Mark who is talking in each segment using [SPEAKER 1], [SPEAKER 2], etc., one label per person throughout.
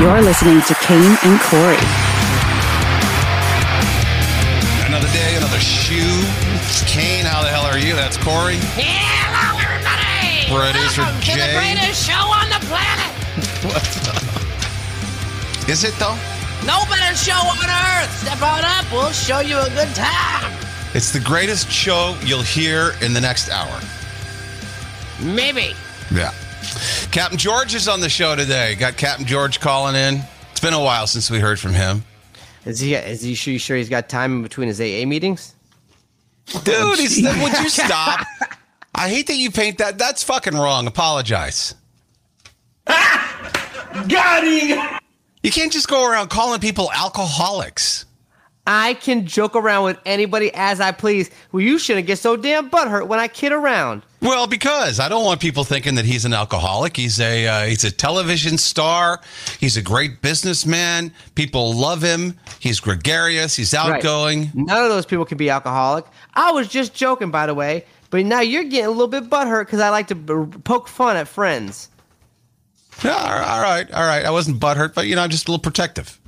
[SPEAKER 1] You're listening to Kane and Corey.
[SPEAKER 2] Another day, another shoe. Kane, how the hell are you? That's Corey.
[SPEAKER 3] Hello, everybody!
[SPEAKER 2] Producer
[SPEAKER 3] Welcome to the
[SPEAKER 2] Jay.
[SPEAKER 3] greatest show on the planet.
[SPEAKER 2] What's up? Is it though?
[SPEAKER 3] No better show on earth. Step on up. We'll show you a good time.
[SPEAKER 2] It's the greatest show you'll hear in the next hour.
[SPEAKER 3] Maybe.
[SPEAKER 2] Yeah. Captain George is on the show today. Got Captain George calling in. It's been a while since we heard from him.
[SPEAKER 4] Is he? Is he sure, you sure he's got time in between his AA meetings?
[SPEAKER 2] Dude, he's- would you stop? I hate that you paint that. That's fucking wrong. Apologize.
[SPEAKER 5] Got him.
[SPEAKER 2] You can't just go around calling people alcoholics.
[SPEAKER 4] I can joke around with anybody as I please. Well, you shouldn't get so damn butthurt when I kid around.
[SPEAKER 2] Well, because I don't want people thinking that he's an alcoholic. He's a uh, he's a television star. He's a great businessman. People love him. He's gregarious. He's
[SPEAKER 4] Right.
[SPEAKER 2] outgoing.
[SPEAKER 4] None of those people can be alcoholic. I was just joking, by the way. But now you're getting a little bit butthurt because I like to b- poke fun at friends.
[SPEAKER 2] Yeah, all right, all right, all right. I wasn't butthurt, but you know, I'm just a little protective.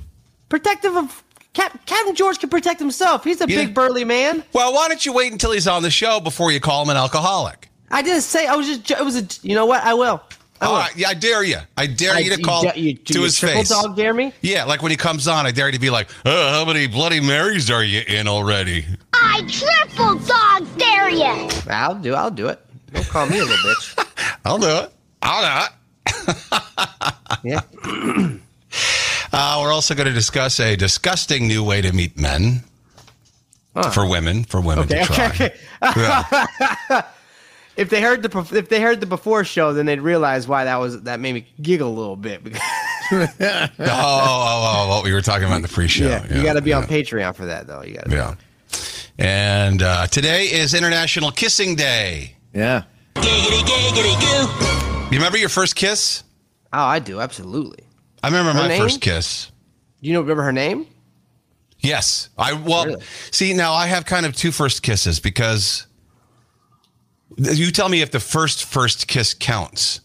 [SPEAKER 4] Protective of Cap- Captain George can protect himself. He's a
[SPEAKER 2] Yeah.
[SPEAKER 4] big burly man.
[SPEAKER 2] Well, why don't you wait until he's on the show before you call him an alcoholic?
[SPEAKER 4] I didn't say I was just. Jo- it was a. You know what? I will. I will.
[SPEAKER 2] All right, yeah, I dare you. Oh, I dare
[SPEAKER 4] Oh. I-
[SPEAKER 2] you to call
[SPEAKER 4] you- you-
[SPEAKER 2] to
[SPEAKER 4] you
[SPEAKER 2] his
[SPEAKER 4] triple
[SPEAKER 2] face.
[SPEAKER 4] Dog dare me.
[SPEAKER 2] Yeah, like when he comes on, I dare you to be like, oh, "How many Bloody Marys are you in already?"
[SPEAKER 6] I triple dog dare ya!
[SPEAKER 4] I'll do. I'll do it. Don't call me a little bitch.
[SPEAKER 2] I'll do it. I'll do it.
[SPEAKER 4] Yeah.
[SPEAKER 2] Uh, we're also going to discuss a disgusting new way to meet men for women. For women to try. Yeah.
[SPEAKER 4] If they heard the pref- if they heard the before show, then they'd realize why that was that made me giggle a little bit. Because
[SPEAKER 2] oh, oh, oh, what we were talking about in the pre-show.
[SPEAKER 4] yeah, you got to be
[SPEAKER 2] yeah,
[SPEAKER 4] on Patreon for that, though. You got to.
[SPEAKER 2] Yeah. And uh, today is International Kissing Day.
[SPEAKER 5] Yeah.
[SPEAKER 2] You remember your first kiss?
[SPEAKER 4] Oh, I do absolutely.
[SPEAKER 2] I remember my
[SPEAKER 4] name?
[SPEAKER 2] first kiss.
[SPEAKER 4] You know, remember her name?
[SPEAKER 2] Yes, I well
[SPEAKER 4] Really?
[SPEAKER 2] see now. I have kind of two first kisses because you tell me if the first first kiss counts.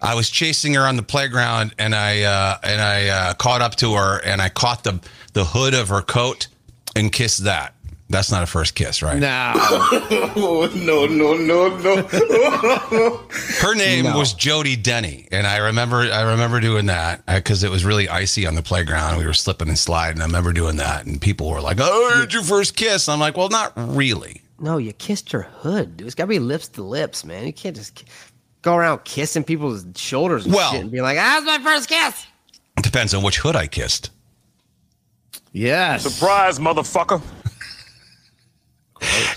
[SPEAKER 2] I was chasing her on the playground, and I uh, and I uh, caught up to her, and I caught the the hood of her coat and kissed that. That's not a first kiss, right?
[SPEAKER 5] Now,
[SPEAKER 7] Oh no no no Oh, no!
[SPEAKER 2] Her name was Jody Denny, and I remember I remember doing that because it was really icy on the playground. We were slipping and sliding. I remember doing that, and people were like, "Oh, here's your first kiss." And I'm like, "Well, not really."
[SPEAKER 4] No, you kissed her hood. Dude. It's got to be lips to lips, man. You can't just ki- go around kissing people's shoulders and
[SPEAKER 2] Well-
[SPEAKER 4] shit and be like, "Ah, that's my first kiss."
[SPEAKER 2] Depends on which hood I kissed.
[SPEAKER 5] yes.
[SPEAKER 8] Surprise, motherfucker.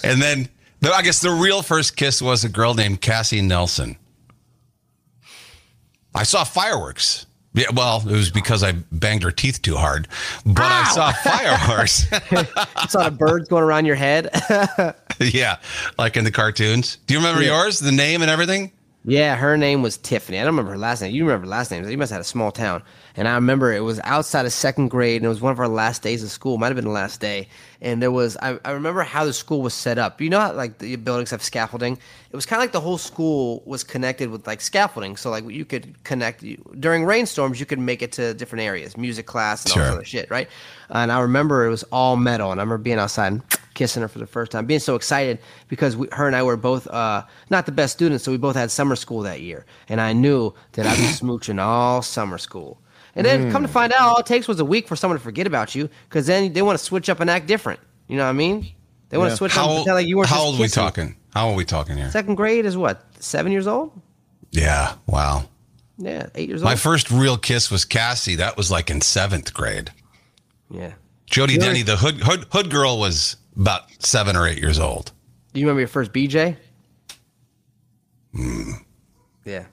[SPEAKER 2] And then the, I guess the real first kiss was a girl named Cassie Nelson. I saw fireworks. Yeah, well, it was because I banged her teeth too hard, but I saw fireworks.
[SPEAKER 4] It's not a bird going around your head.
[SPEAKER 2] yeah, like in the cartoons. Do you remember yours, the name and everything?
[SPEAKER 4] Yeah, her name was Tiffany. I don't remember her last name. You remember her last name. You must have had a small town. And I remember it was outside of second grade, and it was one of our last days of school. Might have been the last day. And there was, I, I remember how the school was set up. You know how, like, the buildings have scaffolding? It was kind of like the whole school was connected with, like, scaffolding. So, like, you could connect, you, during rainstorms, you could make it to different areas, music class and all
[SPEAKER 2] Sure.
[SPEAKER 4] that other shit, right? And I remember it was all metal, and I remember being outside and kissing her for the first time, being so excited because we, her and I were both uh, not the best students, so we both had summer school that year, and I knew that I'd be smooching all summer school. And then
[SPEAKER 2] Mm.
[SPEAKER 4] come to find out, all it takes was a week for someone to forget about you, because then they want to switch up and act different. You know what I mean? They want to switch up and
[SPEAKER 2] How,
[SPEAKER 4] pretend like you weren't.
[SPEAKER 2] how
[SPEAKER 4] just
[SPEAKER 2] old are we
[SPEAKER 4] kissing.
[SPEAKER 2] talking? How old are we talking here?
[SPEAKER 4] Second grade is what? Seven years old?
[SPEAKER 2] Yeah, wow.
[SPEAKER 4] Yeah, eight years
[SPEAKER 2] My
[SPEAKER 4] old.
[SPEAKER 2] first real kiss was Cassie. That was like in seventh grade.
[SPEAKER 4] yeah.
[SPEAKER 2] Jody Denny, the hood, hood hood girl, was about seven or eight years old.
[SPEAKER 4] Do you remember your first BJ? Yeah.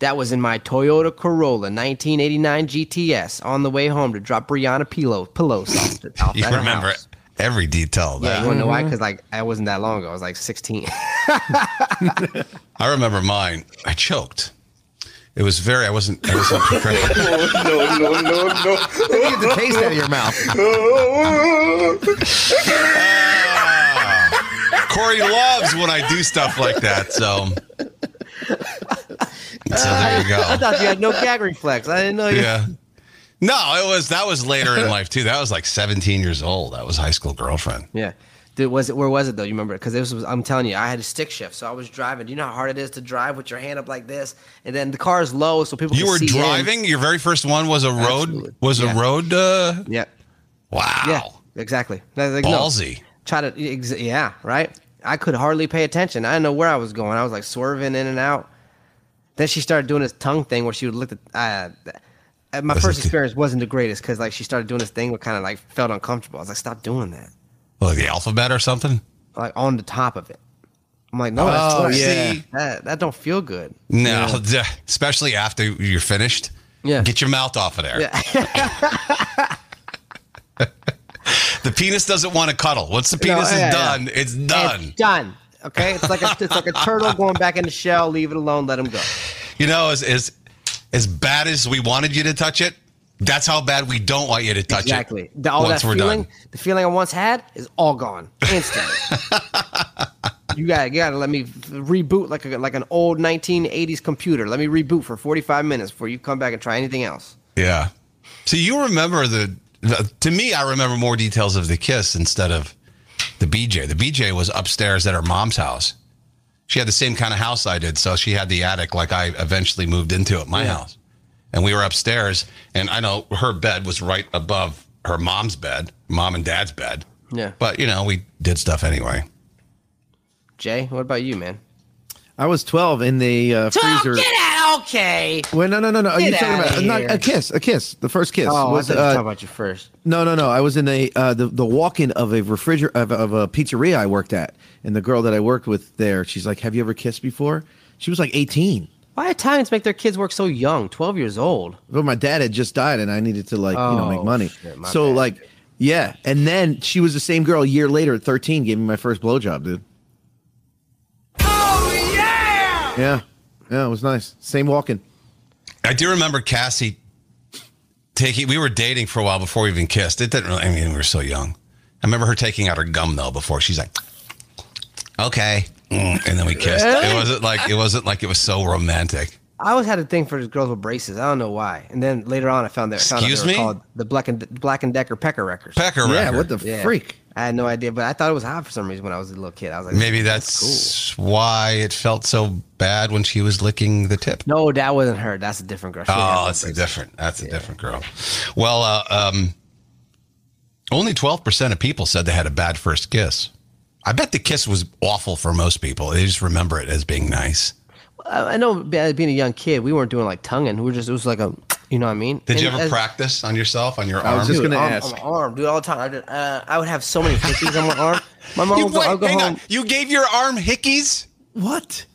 [SPEAKER 4] That was in my Toyota Corolla 1989 GTS on the way home to drop Brianna Pilo, Pillows off, the, off
[SPEAKER 2] You
[SPEAKER 4] at her
[SPEAKER 2] remember
[SPEAKER 4] house.
[SPEAKER 2] every detail. of
[SPEAKER 4] Yeah,
[SPEAKER 2] that.
[SPEAKER 4] you want to know why? Because like I wasn't that long ago. I was like 16.
[SPEAKER 2] I remember mine. I choked. It was very. I wasn't. I wasn't prepared.
[SPEAKER 7] No no no no!
[SPEAKER 5] Get the taste out of your mouth.
[SPEAKER 2] Corey loves when I do stuff like that. So So there you
[SPEAKER 4] I
[SPEAKER 2] go.
[SPEAKER 4] thought you had no gag reflex. I didn't know you.
[SPEAKER 2] Yeah. No, it was that was later in life too. That was like 17 years old. That was high school girlfriend.
[SPEAKER 4] Yeah. Dude, was it where was it though? You remember? Because this was I'm telling you, I had a stick shift, so I was driving. Do you know how hard it is to drive with your hand up like this, and then the car is low, so people.
[SPEAKER 2] You
[SPEAKER 4] can
[SPEAKER 2] were
[SPEAKER 4] see in.
[SPEAKER 2] driving. Your very first one was a road.
[SPEAKER 4] Absolutely.
[SPEAKER 2] Was
[SPEAKER 4] Yeah.
[SPEAKER 2] a road. Uh,
[SPEAKER 4] Yeah.
[SPEAKER 2] wow.
[SPEAKER 4] Yeah. Exactly. I was like, no.
[SPEAKER 2] Ballsy.
[SPEAKER 4] Try to. Ex- yeah. Right. I could hardly pay attention. I didn't know where I was going. I was like swerving in and out. Then she started doing this tongue thing where she would look at. Uh, uh, my
[SPEAKER 2] Listen
[SPEAKER 4] first
[SPEAKER 2] to-
[SPEAKER 4] experience wasn't the greatest because like she started doing this thing where kind of like felt uncomfortable. I was like, stop doing that.
[SPEAKER 2] Like the alphabet or something.
[SPEAKER 4] Like on the top of it. I'm like, no, that's
[SPEAKER 5] Oh
[SPEAKER 4] twice.
[SPEAKER 5] yeah.
[SPEAKER 2] See?
[SPEAKER 4] that that don't feel good.
[SPEAKER 2] No, duh, especially after you're finished.
[SPEAKER 4] Yeah.
[SPEAKER 2] Get your mouth off of there. the penis doesn't want to cuddle. Once the penis
[SPEAKER 4] yeah, yeah.
[SPEAKER 2] is done, it's done.
[SPEAKER 4] It's done. Okay, it's like a, it's like a turtle going back in the shell. Leave it alone. Let him go.
[SPEAKER 2] you know, as, as as bad as we wanted you to touch it, that's how bad we don't want you to touch it.
[SPEAKER 4] Exactly. The- all
[SPEAKER 2] once
[SPEAKER 4] that
[SPEAKER 2] we're
[SPEAKER 4] feeling,
[SPEAKER 2] done.
[SPEAKER 4] the feeling I once had, is all gone instantly. you got you got to let me reboot like a, like an old 1980s computer. Let me reboot for 45 minutes before you come back and try anything else.
[SPEAKER 2] Yeah. So you remember the, the to me, I remember more details of the kiss instead of the BJ. The BJ was upstairs at her mom's house. She had the same kind of house I did, so she had the attic like I eventually moved into at my house. And we were upstairs, and I know her bed was right above her mom's bed, mom and dad's bed.
[SPEAKER 4] Yeah.
[SPEAKER 2] But you know, we did stuff anyway.
[SPEAKER 4] Jay, what about you, man?
[SPEAKER 5] I was 12 in the uh,
[SPEAKER 3] Talk
[SPEAKER 5] freezer.
[SPEAKER 3] it out, okay.
[SPEAKER 5] Wait, no, no, no, no. Are you
[SPEAKER 3] Get
[SPEAKER 5] talking about uh,
[SPEAKER 3] outta
[SPEAKER 5] not-
[SPEAKER 4] here.
[SPEAKER 5] a kiss? A kiss. The first kiss
[SPEAKER 4] Oh,
[SPEAKER 5] was
[SPEAKER 4] I thought you were
[SPEAKER 5] uh,
[SPEAKER 4] talking about you first.
[SPEAKER 5] No, no, no. I was in a uh, the the walk-in of a refrigerator of, of a pizzeria I worked at, and the girl that I worked with there, she's like, "Have you ever kissed before?" She was like 18,
[SPEAKER 4] Why Italians make their kids work so young? 12 years old.
[SPEAKER 5] but my dad had just died, and I needed to like you know make
[SPEAKER 4] Oh,
[SPEAKER 5] money.
[SPEAKER 4] shit, my
[SPEAKER 5] so
[SPEAKER 4] bad.
[SPEAKER 5] like, yeah. And then she was the same girl a year later at 13, gave me my first blowjob, dude. Oh yeah. Yeah, yeah. It was nice. Same walk-in.
[SPEAKER 2] I do remember Cassie taking. We were dating for a while before we even kissed. It didn't really. I mean, we were so young. I remember her taking out her gum though before she's like, "Okay," Mm, and then we kissed. It wasn't like it wasn't like it was so romantic.
[SPEAKER 4] I always had a thing for girls with braces. I don't know why. And then later on, I found that found out
[SPEAKER 2] Excuse
[SPEAKER 4] they were
[SPEAKER 2] me?
[SPEAKER 4] called the Black and Black and Decker Pecker Records.
[SPEAKER 2] Pecker
[SPEAKER 5] Yeah.
[SPEAKER 2] record.
[SPEAKER 5] What the
[SPEAKER 4] Yeah.
[SPEAKER 5] freak?
[SPEAKER 4] I had no idea, but I thought it was hot for some reason when I was a little kid. I was like,
[SPEAKER 2] Maybe that's, why it felt so bad when she was licking the tip.
[SPEAKER 4] cool. No, that wasn't her. That's a different girl. She didn't
[SPEAKER 2] Oh,
[SPEAKER 4] have
[SPEAKER 2] that's a
[SPEAKER 4] braces.
[SPEAKER 2] different. That's a different girl. Well, uh, um, only twelve percent of people said they had a bad first kiss. I bet the kiss was awful for most people. They just remember it as being nice.
[SPEAKER 4] I I know. be- Being a young kid, we weren't doing like tonguing. We were just. It was like a. You know what I mean?
[SPEAKER 2] Did you
[SPEAKER 4] And
[SPEAKER 2] ever
[SPEAKER 4] as-
[SPEAKER 2] practice on yourself on your
[SPEAKER 5] I
[SPEAKER 2] arm?
[SPEAKER 5] was just
[SPEAKER 4] Dude,
[SPEAKER 5] gonna
[SPEAKER 4] on,
[SPEAKER 5] ask.
[SPEAKER 4] on my arm, dude, all the time. I, did, uh, I would have so many hickeys on my arm. My mom
[SPEAKER 2] you,
[SPEAKER 4] would go, I'll
[SPEAKER 2] wait,
[SPEAKER 4] go
[SPEAKER 2] hang
[SPEAKER 4] home.
[SPEAKER 2] on. You gave your arm hickeys?
[SPEAKER 5] What?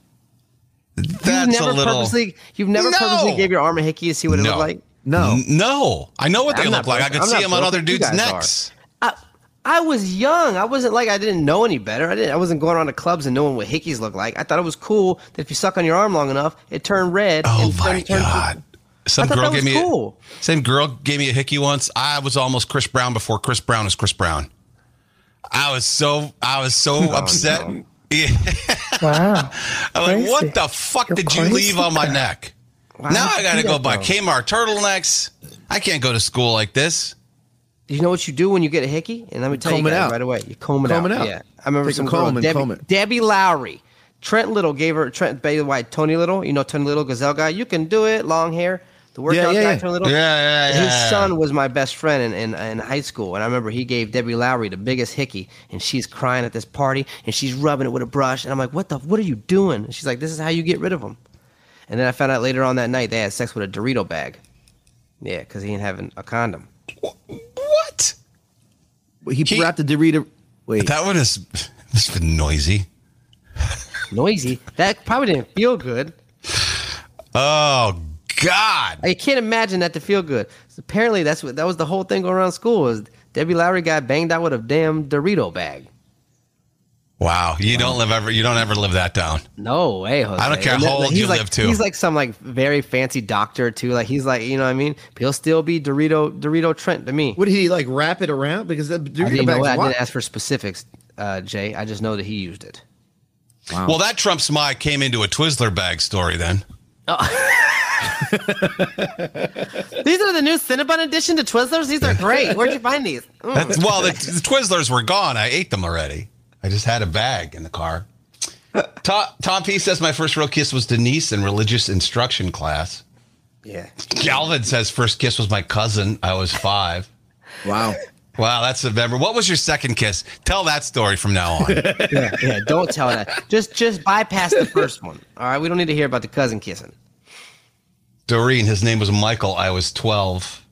[SPEAKER 2] That's
[SPEAKER 4] you've never
[SPEAKER 2] a little.
[SPEAKER 4] purposely, you've never purposely
[SPEAKER 2] No.
[SPEAKER 4] gave your arm a hickey to see what it
[SPEAKER 2] No.
[SPEAKER 4] looked like.
[SPEAKER 5] No.
[SPEAKER 2] N- no, I know what they
[SPEAKER 4] I'm
[SPEAKER 2] look
[SPEAKER 4] not
[SPEAKER 2] like. I
[SPEAKER 4] broke.
[SPEAKER 2] can
[SPEAKER 4] I'm
[SPEAKER 2] see
[SPEAKER 4] not
[SPEAKER 2] them on
[SPEAKER 4] broke.
[SPEAKER 2] other
[SPEAKER 4] You
[SPEAKER 2] dudes'
[SPEAKER 4] guys are.
[SPEAKER 2] necks.
[SPEAKER 4] I, I was young. I wasn't like I didn't know any better. I didn't. I wasn't going around to clubs and knowing what hickeys look like. I thought it was cool that if you suck on your arm long enough, it turned red.
[SPEAKER 2] Oh
[SPEAKER 4] and
[SPEAKER 2] my
[SPEAKER 4] turned- turned-
[SPEAKER 2] god! Some
[SPEAKER 4] I thought
[SPEAKER 2] girl
[SPEAKER 4] that
[SPEAKER 2] gave
[SPEAKER 4] was
[SPEAKER 2] me a-
[SPEAKER 4] cool.
[SPEAKER 2] same girl gave me a hickey once. I was almost Chris Brown before Chris Brown was Chris Brown. I was so I was
[SPEAKER 4] Oh,
[SPEAKER 2] so upset. Yeah.
[SPEAKER 8] Wow.
[SPEAKER 2] I'm like,
[SPEAKER 8] Crazy.
[SPEAKER 2] what the fuck
[SPEAKER 8] You're
[SPEAKER 2] did you
[SPEAKER 8] crazy,
[SPEAKER 2] leave on my
[SPEAKER 8] girl.
[SPEAKER 2] neck? Now I gotta go buy Kmart turtlenecks. I can't go to school like this.
[SPEAKER 4] You know what you do when you get a hickey? And let me tell you
[SPEAKER 5] comb it
[SPEAKER 4] guys
[SPEAKER 5] out.
[SPEAKER 4] right away. You comb it
[SPEAKER 5] Comb
[SPEAKER 4] out.
[SPEAKER 5] it out.
[SPEAKER 4] Yeah. I remember
[SPEAKER 5] Take a
[SPEAKER 4] some
[SPEAKER 5] comb
[SPEAKER 4] girl,
[SPEAKER 5] and
[SPEAKER 4] Debbie,
[SPEAKER 5] comb it.
[SPEAKER 4] Debbie Lowry. Trent Little gave her Trent Bay White, Tony Little, you know, Tony Little, Gazelle guy. You can do it, long hair. The workout
[SPEAKER 5] yeah,
[SPEAKER 4] guy,
[SPEAKER 5] yeah.
[SPEAKER 4] Tony Little.
[SPEAKER 2] Yeah, yeah, yeah,
[SPEAKER 4] Oh, His
[SPEAKER 2] yeah.
[SPEAKER 4] son was my best friend in, in, in high school. And I remember he gave Debbie Lowry the biggest hickey. And she's crying at this party and she's rubbing it with a brush. And I'm like, what the, what are you doing? And she's like, this is how you get rid of them. And then I found out later on that night they had sex with a Dorito bag. Yeah, because he ain't having a condom.
[SPEAKER 2] What?
[SPEAKER 5] He,
[SPEAKER 2] He-
[SPEAKER 5] wrapped the Dorito. Wait.
[SPEAKER 2] That one is this been noisy.
[SPEAKER 4] noisy. That probably didn't feel good.
[SPEAKER 2] Oh God.
[SPEAKER 4] I can't imagine that to feel good. So apparently, that's what that was the whole thing going around school was Debbie Lowry got banged out with a damn Dorito bag.
[SPEAKER 2] Wow. You don't live ever you don't ever live that down.
[SPEAKER 4] No way, Jose.
[SPEAKER 2] I don't care
[SPEAKER 4] And
[SPEAKER 2] how
[SPEAKER 4] then-
[SPEAKER 2] old
[SPEAKER 4] he's
[SPEAKER 2] you
[SPEAKER 4] like,
[SPEAKER 2] live, too.
[SPEAKER 4] He's like some like very fancy doctor too. Like he's like, you know what I mean? But he'll still be Dorito Dorito Trent to me.
[SPEAKER 5] Would he like wrap it around? Because that
[SPEAKER 4] I
[SPEAKER 5] Dorito
[SPEAKER 4] didn't know
[SPEAKER 5] bag's
[SPEAKER 4] that. I
[SPEAKER 5] wild.
[SPEAKER 4] didn't ask for specifics, uh, Jay. I just know that he used it.
[SPEAKER 2] Well, that trumps my came into a Twizzler bag story then.
[SPEAKER 4] These are the new Cinnabon edition to Twizzlers. These are great. Where'd you find these? Mm.
[SPEAKER 2] That's, well, the, the Twizzlers were gone. I ate them already. I just had a bag in the car. Tom, Tom P says my first real kiss was Denise in religious instruction class.
[SPEAKER 4] Yeah.
[SPEAKER 2] Galvin says first kiss was my cousin. I was five.
[SPEAKER 5] Wow.
[SPEAKER 2] Wow, that's a member. What was your second kiss? Tell that story from now on.
[SPEAKER 4] yeah, yeah. Don't tell that. Just just bypass the first one. All right, we don't need to hear about the cousin kissing.
[SPEAKER 2] Doreen, his name was Michael. I was 12.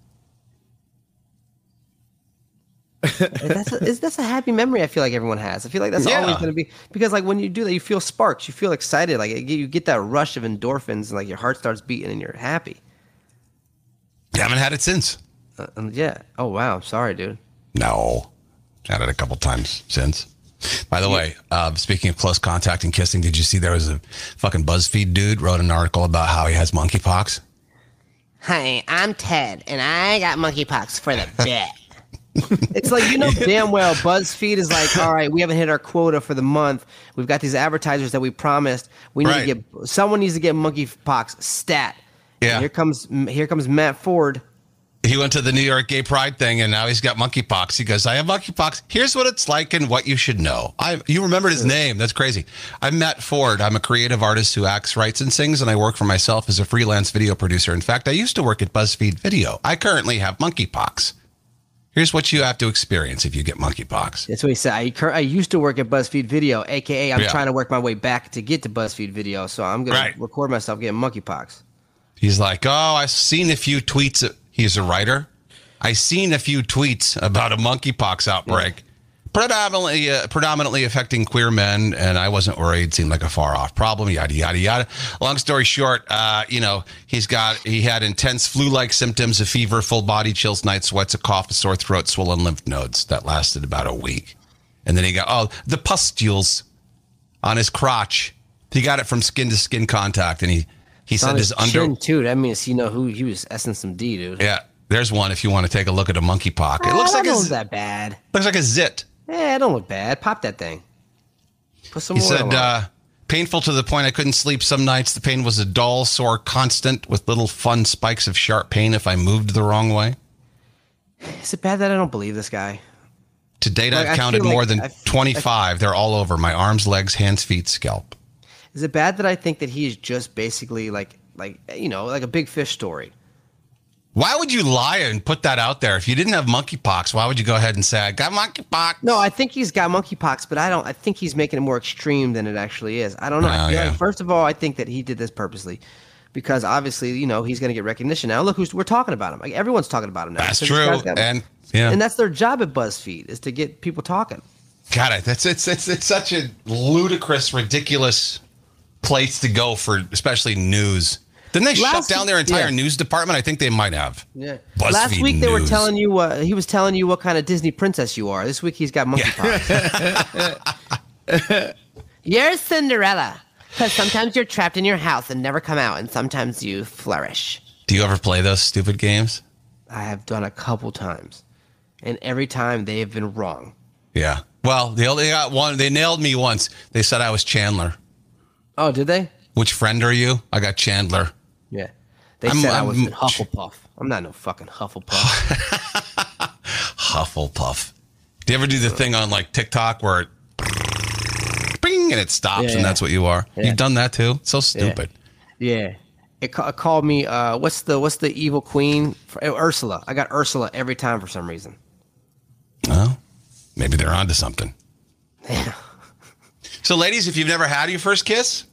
[SPEAKER 4] That's a, is that's a happy memory. I feel like everyone has. I feel like that's
[SPEAKER 2] Yeah.
[SPEAKER 4] always going to be because like when you do that, you feel sparks. You feel excited. Like it- you get that rush of endorphins, and like your heart starts beating, and you're happy.
[SPEAKER 2] Haven't had it since.
[SPEAKER 4] Uh, and yeah. Oh wow. Sorry, dude.
[SPEAKER 2] No. Had it a couple times since. By the way, uh, speaking of close contact and kissing, did you see there was a fucking BuzzFeed dude wrote an article about how he has monkeypox?
[SPEAKER 3] Hi, I'm Ted, and I got monkeypox for the bit.
[SPEAKER 4] It's like you know damn well BuzzFeed is like, all right, we haven't hit our quota for the month. We've got these advertisers that we promised. We need
[SPEAKER 2] Right.
[SPEAKER 4] to get someone needs to get monkeypox stat. And
[SPEAKER 2] Yeah.
[SPEAKER 4] here comes here comes Matt Ford.
[SPEAKER 2] He went to the New York Gay Pride thing and now he's got monkeypox. He goes, I have monkeypox. Here's what it's like and what you should know. I you remembered his name. That's crazy. I'm Matt Ford. I'm a creative artist who acts, writes, and sings, and I work for myself as a freelance video producer. In fact, I used to work at BuzzFeed Video. I currently have monkeypox. Here's what you have to experience if you get monkeypox.
[SPEAKER 4] That's what he said. I, cur- I used to work at BuzzFeed Video, aka I'm
[SPEAKER 2] Yeah.
[SPEAKER 4] trying to work my way back to get to BuzzFeed Video, so I'm gonna
[SPEAKER 2] Right.
[SPEAKER 4] record myself getting monkeypox.
[SPEAKER 2] He's like, Oh, I've seen a few tweets. He's a writer. I seen a few tweets about a monkeypox outbreak, predominantly uh, predominantly affecting queer men, and I wasn't worried. Seemed like a far off problem. Yada yada yada. Long story short, uh, you know, he's got he had intense flu like symptoms: a fever, full body chills, night sweats, a cough, a sore throat, swollen lymph nodes. That lasted about a week, and then he got oh the pustules on his crotch. He got it from skin to skin contact, and he he
[SPEAKER 4] On
[SPEAKER 2] said his,
[SPEAKER 4] his
[SPEAKER 2] under
[SPEAKER 4] chin, too. That means you know who he was essing some D, dude.
[SPEAKER 2] yeah, there's one if you want to take a look at a monkey pock. It looks
[SPEAKER 4] Ah,
[SPEAKER 2] like
[SPEAKER 4] that
[SPEAKER 2] a,
[SPEAKER 4] wasn't
[SPEAKER 2] looks
[SPEAKER 4] that bad.
[SPEAKER 2] like a zit.
[SPEAKER 4] Yeah, it Eh, don't look bad. Pop that thing. Put some.
[SPEAKER 2] He
[SPEAKER 4] oil on
[SPEAKER 2] said,
[SPEAKER 4] it.
[SPEAKER 2] uh, painful to the point I couldn't sleep some nights. The pain was a dull, sore, constant with little fun spikes of sharp pain if I moved the wrong way.
[SPEAKER 4] "Is it bad that I don't believe this guy?"
[SPEAKER 2] To date,
[SPEAKER 4] Like, I
[SPEAKER 2] I've counted
[SPEAKER 4] feel like-
[SPEAKER 2] more than
[SPEAKER 4] I f-
[SPEAKER 2] 25. They're all over my arms, legs, hands, feet, scalp.
[SPEAKER 4] Is it bad that I think that he is just basically like, like you know, like a big fish story?
[SPEAKER 2] Why would you lie and put that out there? If you didn't have monkeypox, why would you go ahead and say, I got monkeypox?
[SPEAKER 4] No, I think he's got monkeypox, but I don't. I think he's making it more extreme than it actually is. I don't know. I
[SPEAKER 2] Oh,
[SPEAKER 4] feel
[SPEAKER 2] yeah.
[SPEAKER 4] like, first of all, I think that he did this purposely because obviously, you know, he's going to get recognition now. Look who's we're talking about him. Like everyone's talking about him now.
[SPEAKER 2] That's
[SPEAKER 4] So this
[SPEAKER 2] true.
[SPEAKER 4] guy's got-
[SPEAKER 2] And yeah.
[SPEAKER 4] and that's their job at BuzzFeed is to get people talking.
[SPEAKER 2] God, I- that's it's it's it's such a ludicrous, ridiculous place to go for, especially news. Didn't they shut
[SPEAKER 4] Last-
[SPEAKER 2] down their entire
[SPEAKER 4] yeah.
[SPEAKER 2] news department? I think they might have.
[SPEAKER 4] Yeah.
[SPEAKER 2] BuzzFeed
[SPEAKER 4] Last week they were
[SPEAKER 2] News.
[SPEAKER 4] telling you what he was telling you what kind of Disney princess you are. This week he's got monkeypox.
[SPEAKER 3] You're Cinderella, because sometimes you're trapped in your house and never come out, and sometimes you flourish.
[SPEAKER 2] Do you ever play those stupid games?
[SPEAKER 4] I have done a couple times, and every time they have been wrong.
[SPEAKER 2] Yeah. Well, they only got one. They nailed me once. They said I was Chandler.
[SPEAKER 4] Oh, did they?
[SPEAKER 2] Which friend are you? I got Chandler.
[SPEAKER 4] Yeah. They
[SPEAKER 2] I'm-
[SPEAKER 4] said i
[SPEAKER 2] I'm-
[SPEAKER 4] was in Hufflepuff. I'm not no fucking Hufflepuff.
[SPEAKER 2] Hufflepuff. Do you ever do the thing on like TikTok where it bing and it stops
[SPEAKER 4] Yeah,
[SPEAKER 2] and
[SPEAKER 4] yeah.
[SPEAKER 2] that's what you are? You've done that too. So stupid.
[SPEAKER 4] yeah. It, ca- it called me. Uh, what's the what's the evil queen? For, uh, Ursula. I got Ursula every time for some reason.
[SPEAKER 2] Well, maybe they're onto something. so, ladies, if you've never had your first kiss,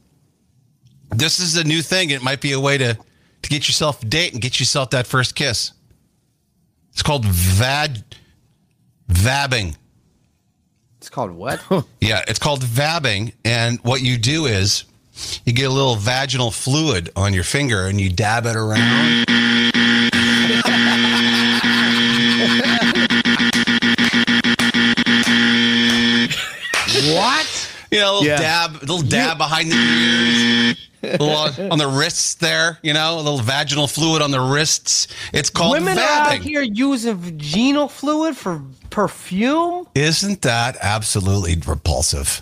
[SPEAKER 2] this is a new thing. It might be a way to to get yourself a date and get yourself that first kiss. It's called vad vabbing.
[SPEAKER 4] It's called what?
[SPEAKER 2] Yeah, it's called vabbing, and what you do is you get a little vaginal fluid on your finger and you dab it around.
[SPEAKER 4] what?
[SPEAKER 2] You know, a little
[SPEAKER 5] Yeah.
[SPEAKER 2] dab, a little dab behind the ears, a little on, on the wrists there. You know, a little vaginal fluid on the wrists. It's called
[SPEAKER 4] Women are out
[SPEAKER 2] vabbing.
[SPEAKER 4] here using vaginal fluid for perfume.
[SPEAKER 2] Isn't that absolutely repulsive?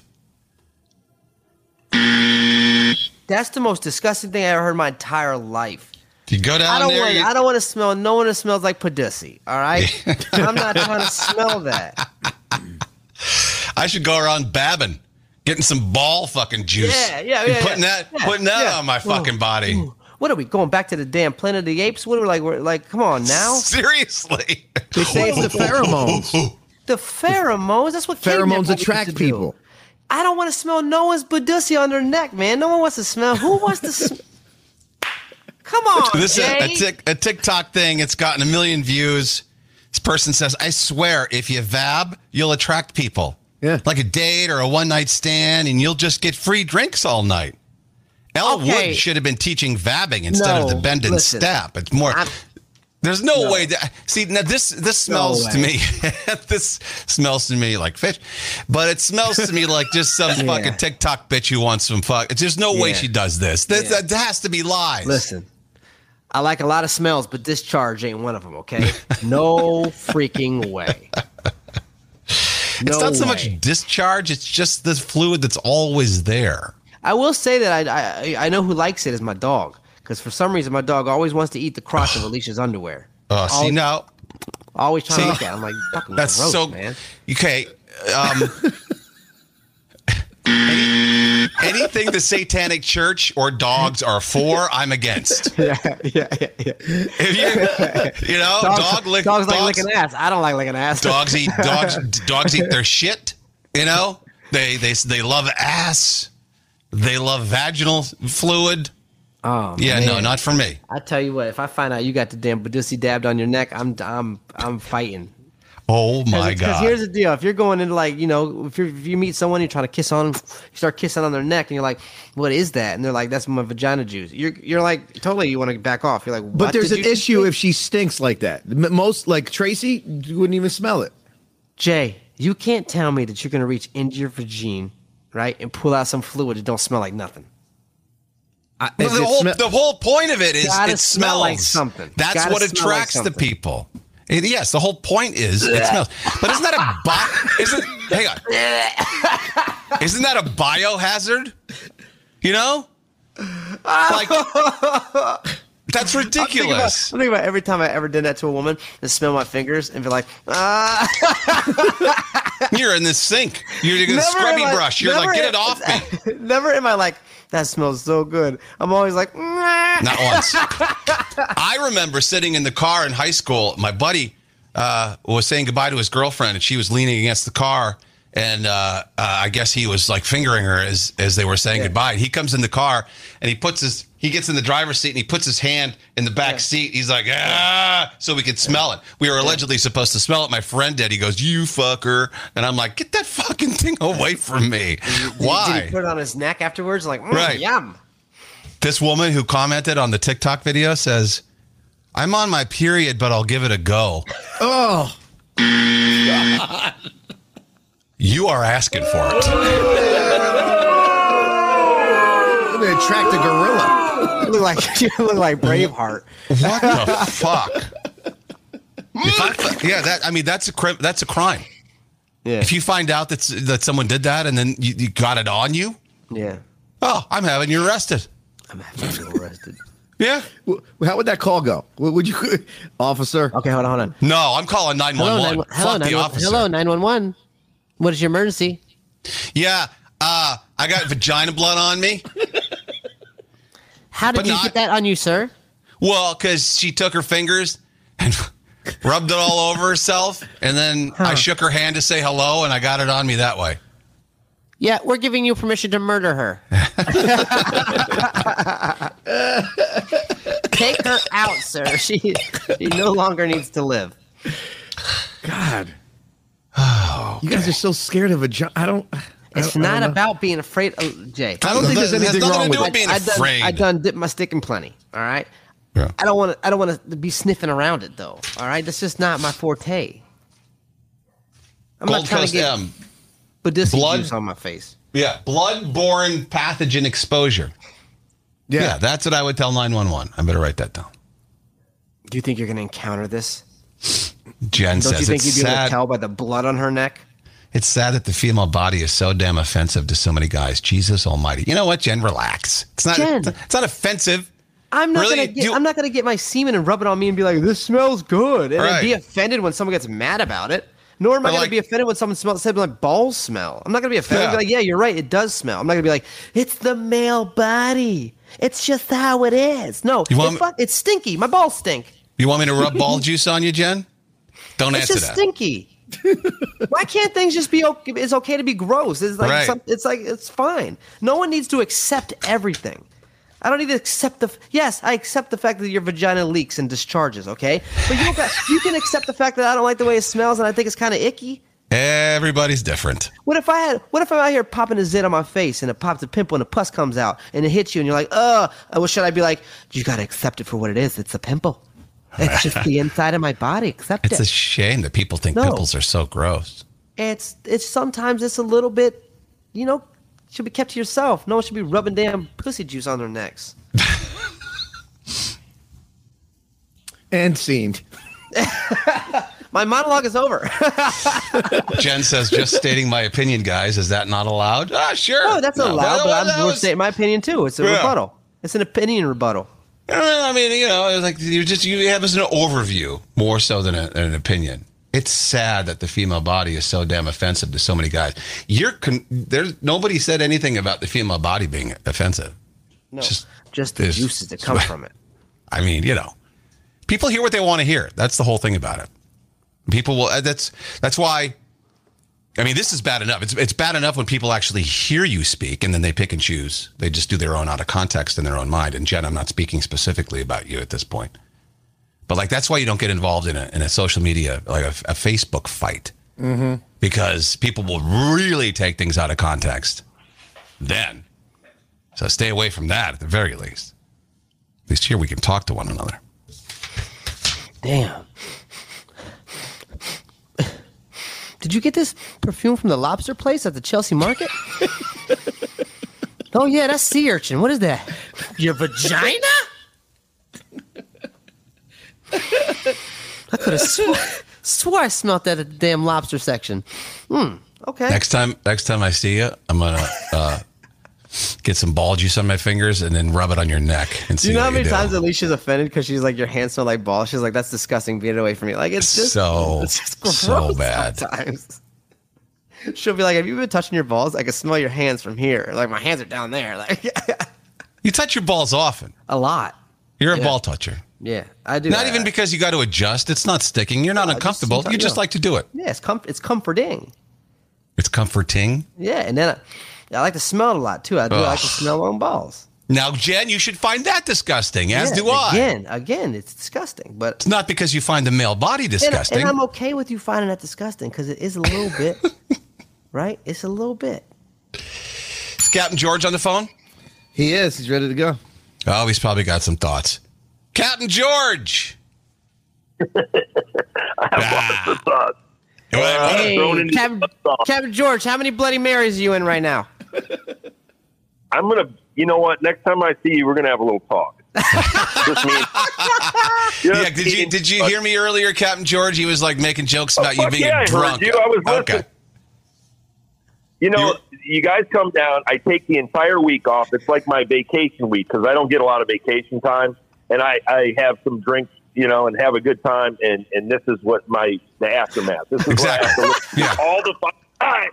[SPEAKER 4] That's the most disgusting thing I ever heard in my entire life.
[SPEAKER 2] You go down
[SPEAKER 4] I don't
[SPEAKER 2] Oh, there.
[SPEAKER 4] want.
[SPEAKER 2] you-
[SPEAKER 4] I don't want to smell. No one that smells like Padusi. All right, I'm not trying to smell that.
[SPEAKER 2] I should go around babbing, getting some ball fucking juice.
[SPEAKER 4] Yeah, yeah,
[SPEAKER 2] And
[SPEAKER 4] yeah,
[SPEAKER 2] Putting
[SPEAKER 4] yeah.
[SPEAKER 2] that,
[SPEAKER 4] Yeah,
[SPEAKER 2] putting that
[SPEAKER 4] yeah.
[SPEAKER 2] on my fucking body.
[SPEAKER 4] What are we going back to the damn Planet of the Apes? What are we like? We're like, come on now.
[SPEAKER 2] Seriously.
[SPEAKER 5] They say it's the pheromones.
[SPEAKER 4] The pheromones. That's what cavemen used
[SPEAKER 5] Pheromones
[SPEAKER 4] to
[SPEAKER 5] attract
[SPEAKER 4] do.
[SPEAKER 5] people.
[SPEAKER 4] I don't want to smell no one's Badusi on their neck, man. No one wants to smell. Who wants to? Sm- Come on,
[SPEAKER 2] This is a,
[SPEAKER 4] Jay.
[SPEAKER 2] tic, a TikTok thing. It's gotten a million views. This person says, I swear, if you vab, you'll attract people.
[SPEAKER 5] Yeah.
[SPEAKER 2] Like a date or a one night stand, and you'll just get free drinks all night. Elle
[SPEAKER 4] Okay.
[SPEAKER 2] Wood should have been teaching vabbing instead of
[SPEAKER 4] No,
[SPEAKER 2] the bend and
[SPEAKER 4] listen.
[SPEAKER 2] step. It's more.
[SPEAKER 4] I'm-
[SPEAKER 2] there's no, way that see now this this smells to me this smells to me like fish, but it smells to me like just some fucking TikTok bitch who wants some fuck. There's no way
[SPEAKER 4] Yeah.
[SPEAKER 2] she does this. That,
[SPEAKER 4] Yeah.
[SPEAKER 2] that has to be lies.
[SPEAKER 4] Listen, I like a lot of smells, but this charge ain't one of them. Okay, no freaking way.
[SPEAKER 2] It's
[SPEAKER 4] No
[SPEAKER 2] not so
[SPEAKER 4] way.
[SPEAKER 2] much discharge. It's just the fluid that's always there.
[SPEAKER 4] I will say that I I, I know who likes it is my dog because for some reason my dog always wants to eat the crotch of Alicia's underwear.
[SPEAKER 2] Uh, see
[SPEAKER 4] Always-
[SPEAKER 2] now,
[SPEAKER 4] Always trying
[SPEAKER 2] see,
[SPEAKER 4] to look at. It. I'm like fucking
[SPEAKER 2] that's
[SPEAKER 4] gross,
[SPEAKER 2] so
[SPEAKER 4] man.
[SPEAKER 2] okay. Um, any- anything the Satanic Church or dogs are for, I'm against.
[SPEAKER 4] Yeah, yeah, yeah. yeah.
[SPEAKER 2] If you, you know, dog lick,
[SPEAKER 4] dogs
[SPEAKER 2] dogs,
[SPEAKER 4] like licking ass. I don't like licking ass.
[SPEAKER 2] dogs eat dogs. Dogs eat their shit. You know, they they they love ass. They love vaginal fluid.
[SPEAKER 4] Oh,
[SPEAKER 2] Yeah, no,
[SPEAKER 4] man.
[SPEAKER 2] not for me.
[SPEAKER 4] I tell you what, if I find out you got the damn Badusi dabbed on your neck, I'm I'm I'm fighting.
[SPEAKER 2] Oh my
[SPEAKER 4] Because
[SPEAKER 2] god.
[SPEAKER 4] here's the deal: if you're going into like you know, if, you're, if you meet someone, you're trying to kiss on, 'em, you start kissing on their neck, and you're like, "What is that?" And they're like, "That's my vagina juice." You're you're like, totally, you want to back off. You're like,
[SPEAKER 5] But
[SPEAKER 4] "What
[SPEAKER 5] there's
[SPEAKER 4] did
[SPEAKER 5] an
[SPEAKER 4] you just
[SPEAKER 5] issue
[SPEAKER 4] say?"
[SPEAKER 5] if she stinks like that. M- Most like Tracy you wouldn't even smell it.
[SPEAKER 4] Jay, you can't tell me that you're gonna reach into your vagina, right, and pull out some fluid that don't smell like nothing.
[SPEAKER 5] I,
[SPEAKER 2] Well,
[SPEAKER 5] if
[SPEAKER 2] the
[SPEAKER 5] it
[SPEAKER 2] whole
[SPEAKER 5] smell-
[SPEAKER 2] the whole point of it is
[SPEAKER 4] Gotta
[SPEAKER 2] it
[SPEAKER 4] smell
[SPEAKER 2] smells
[SPEAKER 4] like something.
[SPEAKER 2] That's
[SPEAKER 4] Gotta
[SPEAKER 2] what
[SPEAKER 4] smell like
[SPEAKER 2] attracts the
[SPEAKER 4] something.
[SPEAKER 2] people. It- yes, the whole point is it smells. But isn't that a bi- isn't hang on? Isn't that a biohazard? You know, like that's
[SPEAKER 4] Think about,
[SPEAKER 2] ridiculous.
[SPEAKER 4] I'm thinking about every time I ever did that to a woman and smell my fingers and be like, ah,
[SPEAKER 2] You're in this sink. You're the
[SPEAKER 4] Never
[SPEAKER 2] scrubby
[SPEAKER 4] am I-
[SPEAKER 2] brush. You're
[SPEAKER 4] never
[SPEAKER 2] like, get it
[SPEAKER 4] am-
[SPEAKER 2] off me.
[SPEAKER 4] never am I like, that smells so good. I'm always like, "Mwah."
[SPEAKER 2] Not once. I remember sitting in the car in high school. My buddy uh, was saying goodbye to his girlfriend, and she was leaning against the car. And uh, uh, I guess he was like fingering her as as they were saying goodbye. He comes in the car and he puts his he gets in the driver's seat and he puts his hand in the back seat. He's like, ah, so we could smell it. We were allegedly supposed to smell it. My friend did. He goes, you fucker, and I'm like, get that fucking thing away from me. Why?
[SPEAKER 4] Did he put it on his neck afterwards? Like, mm,
[SPEAKER 2] Right.
[SPEAKER 4] yum.
[SPEAKER 2] This woman who commented on the TikTok video says, I'm on my period, but I'll give it a go.
[SPEAKER 5] oh,
[SPEAKER 2] You are asking for it.
[SPEAKER 5] they attract a gorilla.
[SPEAKER 4] You look like you look like
[SPEAKER 5] Mm-hmm.
[SPEAKER 4] Braveheart.
[SPEAKER 2] What the fuck? If I- yeah, that I mean that's a crim- that's a crime.
[SPEAKER 4] Yeah.
[SPEAKER 2] If you find out that s- that someone did that and then you, you got it on you,
[SPEAKER 4] yeah.
[SPEAKER 2] oh, I'm having you arrested.
[SPEAKER 4] I'm having to get arrested.
[SPEAKER 2] Yeah.
[SPEAKER 5] Wh- How would that call go? What would you, officer?
[SPEAKER 4] Okay, hold on, hold on.
[SPEAKER 2] No, I'm calling 911.
[SPEAKER 4] hello,
[SPEAKER 2] Fuck the
[SPEAKER 4] 911.
[SPEAKER 2] officer.
[SPEAKER 4] hello, 911. What is your emergency?
[SPEAKER 2] Yeah. Uh, I got vagina blood on me.
[SPEAKER 4] How did
[SPEAKER 2] But
[SPEAKER 4] you
[SPEAKER 2] not-
[SPEAKER 4] get that on you, sir?
[SPEAKER 2] Well, because she took her fingers and rubbed it all over herself, and then I shook her hand to say hello, and I got it on me that way.
[SPEAKER 4] Yeah, we're giving you permission to murder her. Take her out, sir. She, she no longer needs to live.
[SPEAKER 5] God, you guys are so scared of a jo- I don't. I
[SPEAKER 4] It's
[SPEAKER 5] don't- I
[SPEAKER 4] not
[SPEAKER 5] don't know.
[SPEAKER 4] about being afraid, uh, Jay.
[SPEAKER 5] I don't think there's
[SPEAKER 2] It has nothing
[SPEAKER 5] anything wrong
[SPEAKER 2] to
[SPEAKER 5] with
[SPEAKER 2] do
[SPEAKER 5] it.
[SPEAKER 2] with being
[SPEAKER 4] I
[SPEAKER 2] afraid.
[SPEAKER 4] Done, I done dipped my stick in plenty. All right.
[SPEAKER 2] Yeah.
[SPEAKER 4] I don't want to. I don't want to be sniffing around it though. All right. That's just not my forte. I'm
[SPEAKER 2] Gold
[SPEAKER 4] not trying
[SPEAKER 2] Coast
[SPEAKER 4] to get
[SPEAKER 2] M.
[SPEAKER 4] Badissi
[SPEAKER 2] Blood?
[SPEAKER 4] juice on my face.
[SPEAKER 2] Yeah, blood-borne pathogen exposure. Yeah.
[SPEAKER 5] Yeah,
[SPEAKER 2] that's what I would tell 911. I better write that down.
[SPEAKER 4] Do you think you're going to encounter this?
[SPEAKER 2] Jen
[SPEAKER 4] Don't
[SPEAKER 2] says
[SPEAKER 4] you think
[SPEAKER 2] it's
[SPEAKER 4] you'd be able to
[SPEAKER 2] sad.
[SPEAKER 4] tell by the blood on her neck?
[SPEAKER 2] It's sad that the female body is so damn offensive to so many guys. Jesus Almighty! You know what, Jen? Relax. It's not.
[SPEAKER 4] Jen.
[SPEAKER 2] It's not offensive.
[SPEAKER 4] I'm not
[SPEAKER 2] Really?
[SPEAKER 4] gonna get,
[SPEAKER 2] Do-
[SPEAKER 4] I'm not gonna get my semen and rub it on me and be like, this smells good, and
[SPEAKER 2] Right.
[SPEAKER 4] then be offended when someone gets mad about it. Nor am
[SPEAKER 2] But,
[SPEAKER 4] I gonna
[SPEAKER 2] like-
[SPEAKER 4] be offended when someone smells said like balls smell. I'm not gonna be offended.
[SPEAKER 2] Yeah.
[SPEAKER 4] Be like, yeah, you're right, it does smell. I'm not gonna be like, it's the male body. It's just how it is. No,
[SPEAKER 2] You want
[SPEAKER 4] it
[SPEAKER 2] me-
[SPEAKER 4] fuck- it's stinky. My balls stink.
[SPEAKER 2] You want me to rub ball juice on you, Jen? Don't
[SPEAKER 4] It's
[SPEAKER 2] answer
[SPEAKER 4] just
[SPEAKER 2] that.
[SPEAKER 4] stinky. Why can't things just be okay? It's okay to be gross. It's like
[SPEAKER 2] Right.
[SPEAKER 4] some, it's like it's fine. No one needs to accept everything. I don't need to accept the. f- Yes, I accept the fact that your vagina leaks and discharges. Okay, but you don't got, you can accept the fact that I don't like the way it smells and I think it's kind of icky.
[SPEAKER 2] Everybody's different.
[SPEAKER 4] What if I had? What if I'm out here popping a zit on my face and it pops a pimple and a pus comes out and it hits you and you're like, oh, well, should I be like, you gotta accept it for what it is? It's a pimple. It's just the inside of my body. Accept
[SPEAKER 2] It's
[SPEAKER 4] it.
[SPEAKER 2] a shame that people think
[SPEAKER 4] No.
[SPEAKER 2] pimples are so gross.
[SPEAKER 4] it's it's sometimes it's a little bit, you know, should be kept to yourself. No one should be rubbing damn pussy juice on their necks.
[SPEAKER 5] And seemed.
[SPEAKER 4] My monologue is over.
[SPEAKER 2] Jen says, "Just stating my opinion, guys. Is that not allowed?" Ah, sure.
[SPEAKER 4] no, Oh, that's allowed,
[SPEAKER 2] that-
[SPEAKER 4] but I'm
[SPEAKER 2] that
[SPEAKER 4] we're
[SPEAKER 2] was-
[SPEAKER 4] stating my opinion too. It's a
[SPEAKER 2] Yeah.
[SPEAKER 4] rebuttal. It's an opinion rebuttal.
[SPEAKER 2] I mean, you know, it's like you just you have as an overview more so than, a, than an opinion. It's sad that the female body is so damn offensive to so many guys. You're con- there's nobody said anything about the female body being offensive.
[SPEAKER 4] No,
[SPEAKER 2] Just-
[SPEAKER 4] just, the
[SPEAKER 2] this-
[SPEAKER 4] juices that come from it.
[SPEAKER 2] I mean, you know, people hear what they want to hear. That's the whole thing about it. People will. uh, That's that's why. I mean, this is bad enough. It's it's bad enough when people actually hear you speak and then they pick and choose. They just do their own out of context in their own mind. And Jen, I'm not speaking specifically about you at this point, but like that's why you don't get involved in a in a social media like a, a Facebook fight because people will really take things out of context. Then, so stay away from that at the very least. At least here we can talk to one another.
[SPEAKER 4] Damn. Did you get this perfume from the lobster place at the Chelsea market? oh yeah, that's sea urchin. What is that? Your vagina? I could have swore, swore I smelt that at the damn lobster section. Hmm. Okay.
[SPEAKER 2] Next time, next time I see you, I'm gonna uh, get some ball juice on my fingers and then rub it on your neck and see.
[SPEAKER 4] Do you know
[SPEAKER 2] what
[SPEAKER 4] how many
[SPEAKER 2] do.
[SPEAKER 4] times Alicia's offended because she's like, your hands smell like balls? She's like, that's disgusting. Get it away from me. Like, it's just
[SPEAKER 2] So,
[SPEAKER 4] it's just gross
[SPEAKER 2] so bad.
[SPEAKER 4] Sometimes. She'll be like, have you been touching your balls? I can smell your hands from here. Like, my hands are down there. Like,
[SPEAKER 2] You touch your balls often.
[SPEAKER 4] a lot.
[SPEAKER 2] You're a
[SPEAKER 4] Yeah.
[SPEAKER 2] ball toucher.
[SPEAKER 4] Yeah, I do.
[SPEAKER 2] Not
[SPEAKER 4] that.
[SPEAKER 2] even because you got to adjust. It's not sticking. You're not
[SPEAKER 4] No, just
[SPEAKER 2] uncomfortable. you
[SPEAKER 4] sometimes-
[SPEAKER 2] just
[SPEAKER 4] no.
[SPEAKER 2] like to do it.
[SPEAKER 4] Yeah, it's, com- it's comforting.
[SPEAKER 2] It's comforting.
[SPEAKER 4] Yeah, and then I, I like to smell it a lot, too. I do like to smell my own balls.
[SPEAKER 2] Now, Jen, you should find that disgusting, as
[SPEAKER 4] Yeah,
[SPEAKER 2] do I.
[SPEAKER 4] Again, again, it's disgusting. But
[SPEAKER 2] It's not because you find the male body
[SPEAKER 4] And-
[SPEAKER 2] disgusting.
[SPEAKER 4] And, I'm okay with you finding that disgusting because it is a little bit, right? It's a little bit.
[SPEAKER 2] Is Captain George on the phone?
[SPEAKER 5] He is. He's ready to go.
[SPEAKER 2] Oh, he's probably got some thoughts. Captain George. Ah.
[SPEAKER 8] thoughts. Uh,
[SPEAKER 2] Well,
[SPEAKER 8] Hey. thrown in-
[SPEAKER 4] Captain, Captain George, how many Bloody Marys are you in right now?
[SPEAKER 8] I'm gonna. You know what? Next time I see you, we're gonna have a little talk. Just me.
[SPEAKER 2] Yeah, did you did you hear me earlier, Captain George? He was like making jokes about you
[SPEAKER 8] Oh, fuck
[SPEAKER 2] being
[SPEAKER 8] yeah, I heard
[SPEAKER 2] drunk.
[SPEAKER 8] you. I was listening. You know, you guys come down. I take the entire week off. It's like my vacation week because I don't get a lot of vacation time, and I, I have some drinks, you know, and have a good time. And, and this is what my the aftermath. This is
[SPEAKER 2] Exactly.
[SPEAKER 8] what I have to
[SPEAKER 2] Yeah.
[SPEAKER 8] look all the fucking time.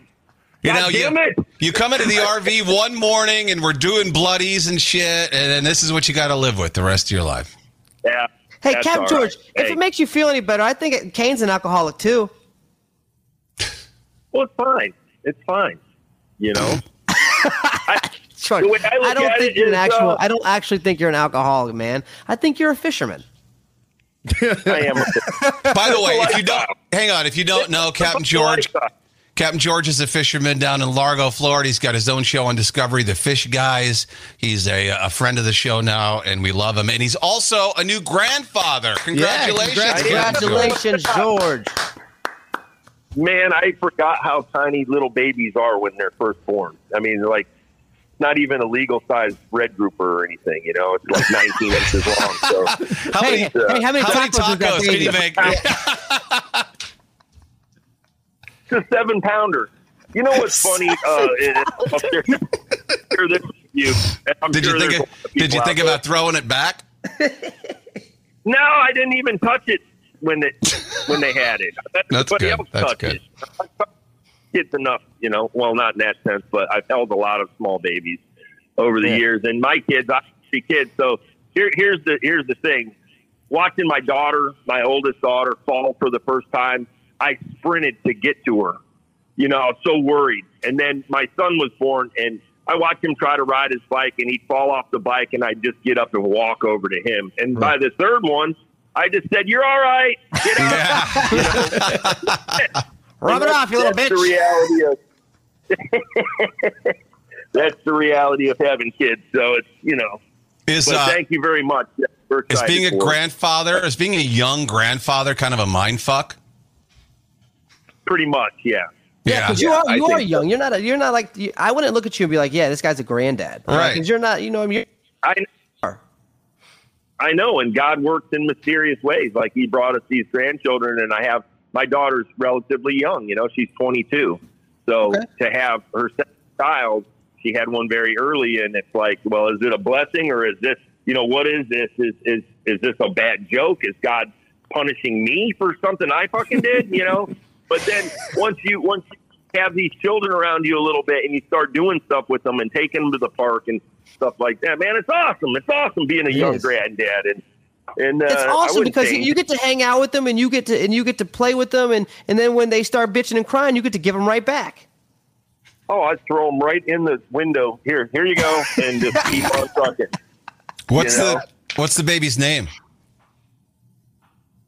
[SPEAKER 2] You
[SPEAKER 8] God
[SPEAKER 2] know,
[SPEAKER 8] damn
[SPEAKER 2] you,
[SPEAKER 8] it!
[SPEAKER 2] you come into the RV one morning and we're doing bloodies and shit, and then this is what you got to live with the rest of your life.
[SPEAKER 8] Yeah.
[SPEAKER 4] Hey,
[SPEAKER 8] that's
[SPEAKER 4] Captain
[SPEAKER 8] all
[SPEAKER 4] George,
[SPEAKER 8] right.
[SPEAKER 4] if
[SPEAKER 8] Hey.
[SPEAKER 4] it makes you feel any better, I think it, Kane's an alcoholic too.
[SPEAKER 8] Well, it's fine. It's fine. You know.
[SPEAKER 4] George,
[SPEAKER 8] The way I
[SPEAKER 4] I,
[SPEAKER 8] look
[SPEAKER 4] don't
[SPEAKER 8] at
[SPEAKER 4] think
[SPEAKER 8] it
[SPEAKER 4] you're an
[SPEAKER 8] is,
[SPEAKER 4] actual.
[SPEAKER 8] uh,
[SPEAKER 4] I don't actually think you're an alcoholic, man. I think you're a fisherman.
[SPEAKER 8] I am.
[SPEAKER 2] By the way,
[SPEAKER 8] a
[SPEAKER 2] if you don't,
[SPEAKER 8] lifestyle.
[SPEAKER 2] hang on, if you don't know, Captain
[SPEAKER 8] It's a
[SPEAKER 2] George,
[SPEAKER 8] lifestyle.
[SPEAKER 2] Captain George is a fisherman down in Largo, Florida. He's got his own show on Discovery, The Fish Guys. He's a, a friend of the show now, and we love him. And he's also a new grandfather. Congratulations!
[SPEAKER 5] congrats-
[SPEAKER 2] Captain George.
[SPEAKER 4] Congratulations, George.
[SPEAKER 8] Man, I forgot how tiny little babies are when they're first born. I mean, they're like not even a legal size red grouper or anything. You know, it's like 19 inches long. So
[SPEAKER 2] How
[SPEAKER 4] Hey,
[SPEAKER 2] many-
[SPEAKER 4] hey, how many
[SPEAKER 2] How many
[SPEAKER 4] tacos, is that
[SPEAKER 2] tacos can
[SPEAKER 4] baby?
[SPEAKER 2] you make?
[SPEAKER 8] to seven pounder. You know what's funny? Uh, up there, sure there's a few, and I'm
[SPEAKER 2] Did
[SPEAKER 8] sure
[SPEAKER 2] you
[SPEAKER 8] there's
[SPEAKER 2] think?
[SPEAKER 8] a lot
[SPEAKER 2] of-
[SPEAKER 8] of
[SPEAKER 2] Did you
[SPEAKER 8] people
[SPEAKER 2] think
[SPEAKER 8] out there.
[SPEAKER 2] about throwing it back?
[SPEAKER 8] No, I didn't even touch it when it when they had it.
[SPEAKER 2] That's
[SPEAKER 8] Everybody
[SPEAKER 2] good.
[SPEAKER 8] else
[SPEAKER 2] That's
[SPEAKER 8] touched
[SPEAKER 2] good.
[SPEAKER 8] It. It's enough, you know. Well, not in that sense, but I've held a lot of small babies over the years, and my kids, I see kids. So here, here's the here's the thing. Watching my daughter, my oldest daughter, fall for the first time, I sprinted to get to her. You know, I was so worried. And then my son was born, and I watched him try to ride his bike, and he'd fall off the bike, and I'd just get up and walk over to him. And by the third one, I just said, "You're all right. Get out."
[SPEAKER 2] Yeah.
[SPEAKER 4] Rub it
[SPEAKER 8] And
[SPEAKER 4] off, you little bitch.
[SPEAKER 8] that's The reality of that's the reality of having kids. So it's you know.
[SPEAKER 2] Is
[SPEAKER 8] But
[SPEAKER 2] uh,
[SPEAKER 8] thank you very much. We're
[SPEAKER 2] is
[SPEAKER 8] excited
[SPEAKER 2] being a
[SPEAKER 8] for it.
[SPEAKER 2] grandfather is being a young grandfather kind of a mind fuck?
[SPEAKER 8] pretty much, yeah.
[SPEAKER 4] Yeah, because you
[SPEAKER 8] Yeah,
[SPEAKER 4] are
[SPEAKER 8] I
[SPEAKER 4] you
[SPEAKER 8] think
[SPEAKER 4] are
[SPEAKER 8] so.
[SPEAKER 4] young. You're not a, you're not like you, I wouldn't look at you and be like, yeah, this guy's a granddad,
[SPEAKER 2] Right.
[SPEAKER 4] Because you're not. You know, I mean,
[SPEAKER 8] I
[SPEAKER 4] you're,
[SPEAKER 8] I know, and God works in mysterious ways. Like He brought us these grandchildren, and I have my daughter's relatively young. You know, she's 22, so to have her second child, she had one very early, and it's like, well, is it a blessing or is this? You know, what is this? Is is is this a bad joke? Is God punishing me for something I fucking did? You know, but then once you once you have these children around you a little bit, and you start doing stuff with them, and taking them to the park and stuff like that, man, it's awesome. It's awesome being a
[SPEAKER 4] It
[SPEAKER 8] young
[SPEAKER 4] is.
[SPEAKER 8] granddad and. And, uh,
[SPEAKER 4] it's
[SPEAKER 8] I
[SPEAKER 4] awesome
[SPEAKER 8] wouldn't
[SPEAKER 4] because
[SPEAKER 8] change
[SPEAKER 4] you get to hang out with them and you get to and you get to play with them and and then when they start bitching and crying, you get to give them right back.
[SPEAKER 8] Oh, I throw them right in the window. Here, here you go, and just keep on trucking.
[SPEAKER 2] What's
[SPEAKER 8] You know?
[SPEAKER 2] the What's the baby's name?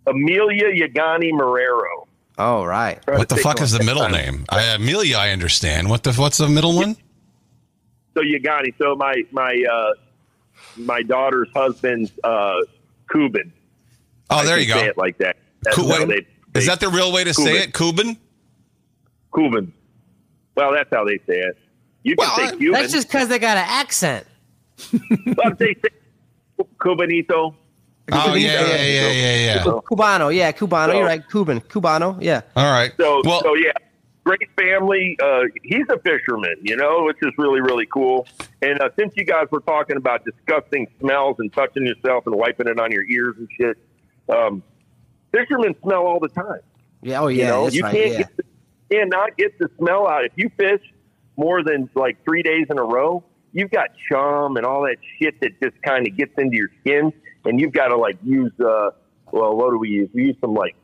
[SPEAKER 8] Amelia Yagani Marrero.
[SPEAKER 4] All Oh, right.
[SPEAKER 8] Try to
[SPEAKER 2] What the
[SPEAKER 8] think
[SPEAKER 2] fuck
[SPEAKER 8] of
[SPEAKER 2] is the
[SPEAKER 8] that
[SPEAKER 2] middle
[SPEAKER 8] time.
[SPEAKER 2] name? I, Amelia, I understand. What the What's the middle one?
[SPEAKER 8] So Yagani. So my my uh, my daughter's husband's uh, Cuban.
[SPEAKER 2] Oh,
[SPEAKER 8] I
[SPEAKER 2] there
[SPEAKER 8] can
[SPEAKER 2] you go.
[SPEAKER 8] Say it like that. That's
[SPEAKER 2] Cu-
[SPEAKER 8] how
[SPEAKER 2] wait,
[SPEAKER 8] they,
[SPEAKER 2] is
[SPEAKER 8] they-
[SPEAKER 2] that the real way to say
[SPEAKER 8] Cuban.
[SPEAKER 2] it? Cuban.
[SPEAKER 8] Cuban? Well, that's how they say it. You can
[SPEAKER 2] Well, I-
[SPEAKER 8] say Cuban.
[SPEAKER 4] That's just because they got an accent.
[SPEAKER 8] but they say Cubanito.
[SPEAKER 2] Oh yeah, yeah, yeah, yeah, yeah.
[SPEAKER 4] Cubano, yeah, Cubano.
[SPEAKER 8] So-
[SPEAKER 4] you're right, Cuban, Cubano, yeah.
[SPEAKER 2] All right.
[SPEAKER 8] So,
[SPEAKER 2] well,
[SPEAKER 8] so yeah, great family. Uh, he's a fisherman, you know, which is really, really cool. And uh, since you guys were talking about disgusting smells and touching yourself and wiping it on your ears and shit, um, fishermen smell all the time.
[SPEAKER 4] Yeah, oh yeah,
[SPEAKER 8] You know,
[SPEAKER 4] that's
[SPEAKER 8] you
[SPEAKER 4] right.
[SPEAKER 8] can't
[SPEAKER 4] yeah.
[SPEAKER 8] get the, cannot get the smell out. If you fish more than like three days in a row, you've got chum and all that shit that just kind of gets into your skin, and you've got to like use uh, well, what do we use? We use some like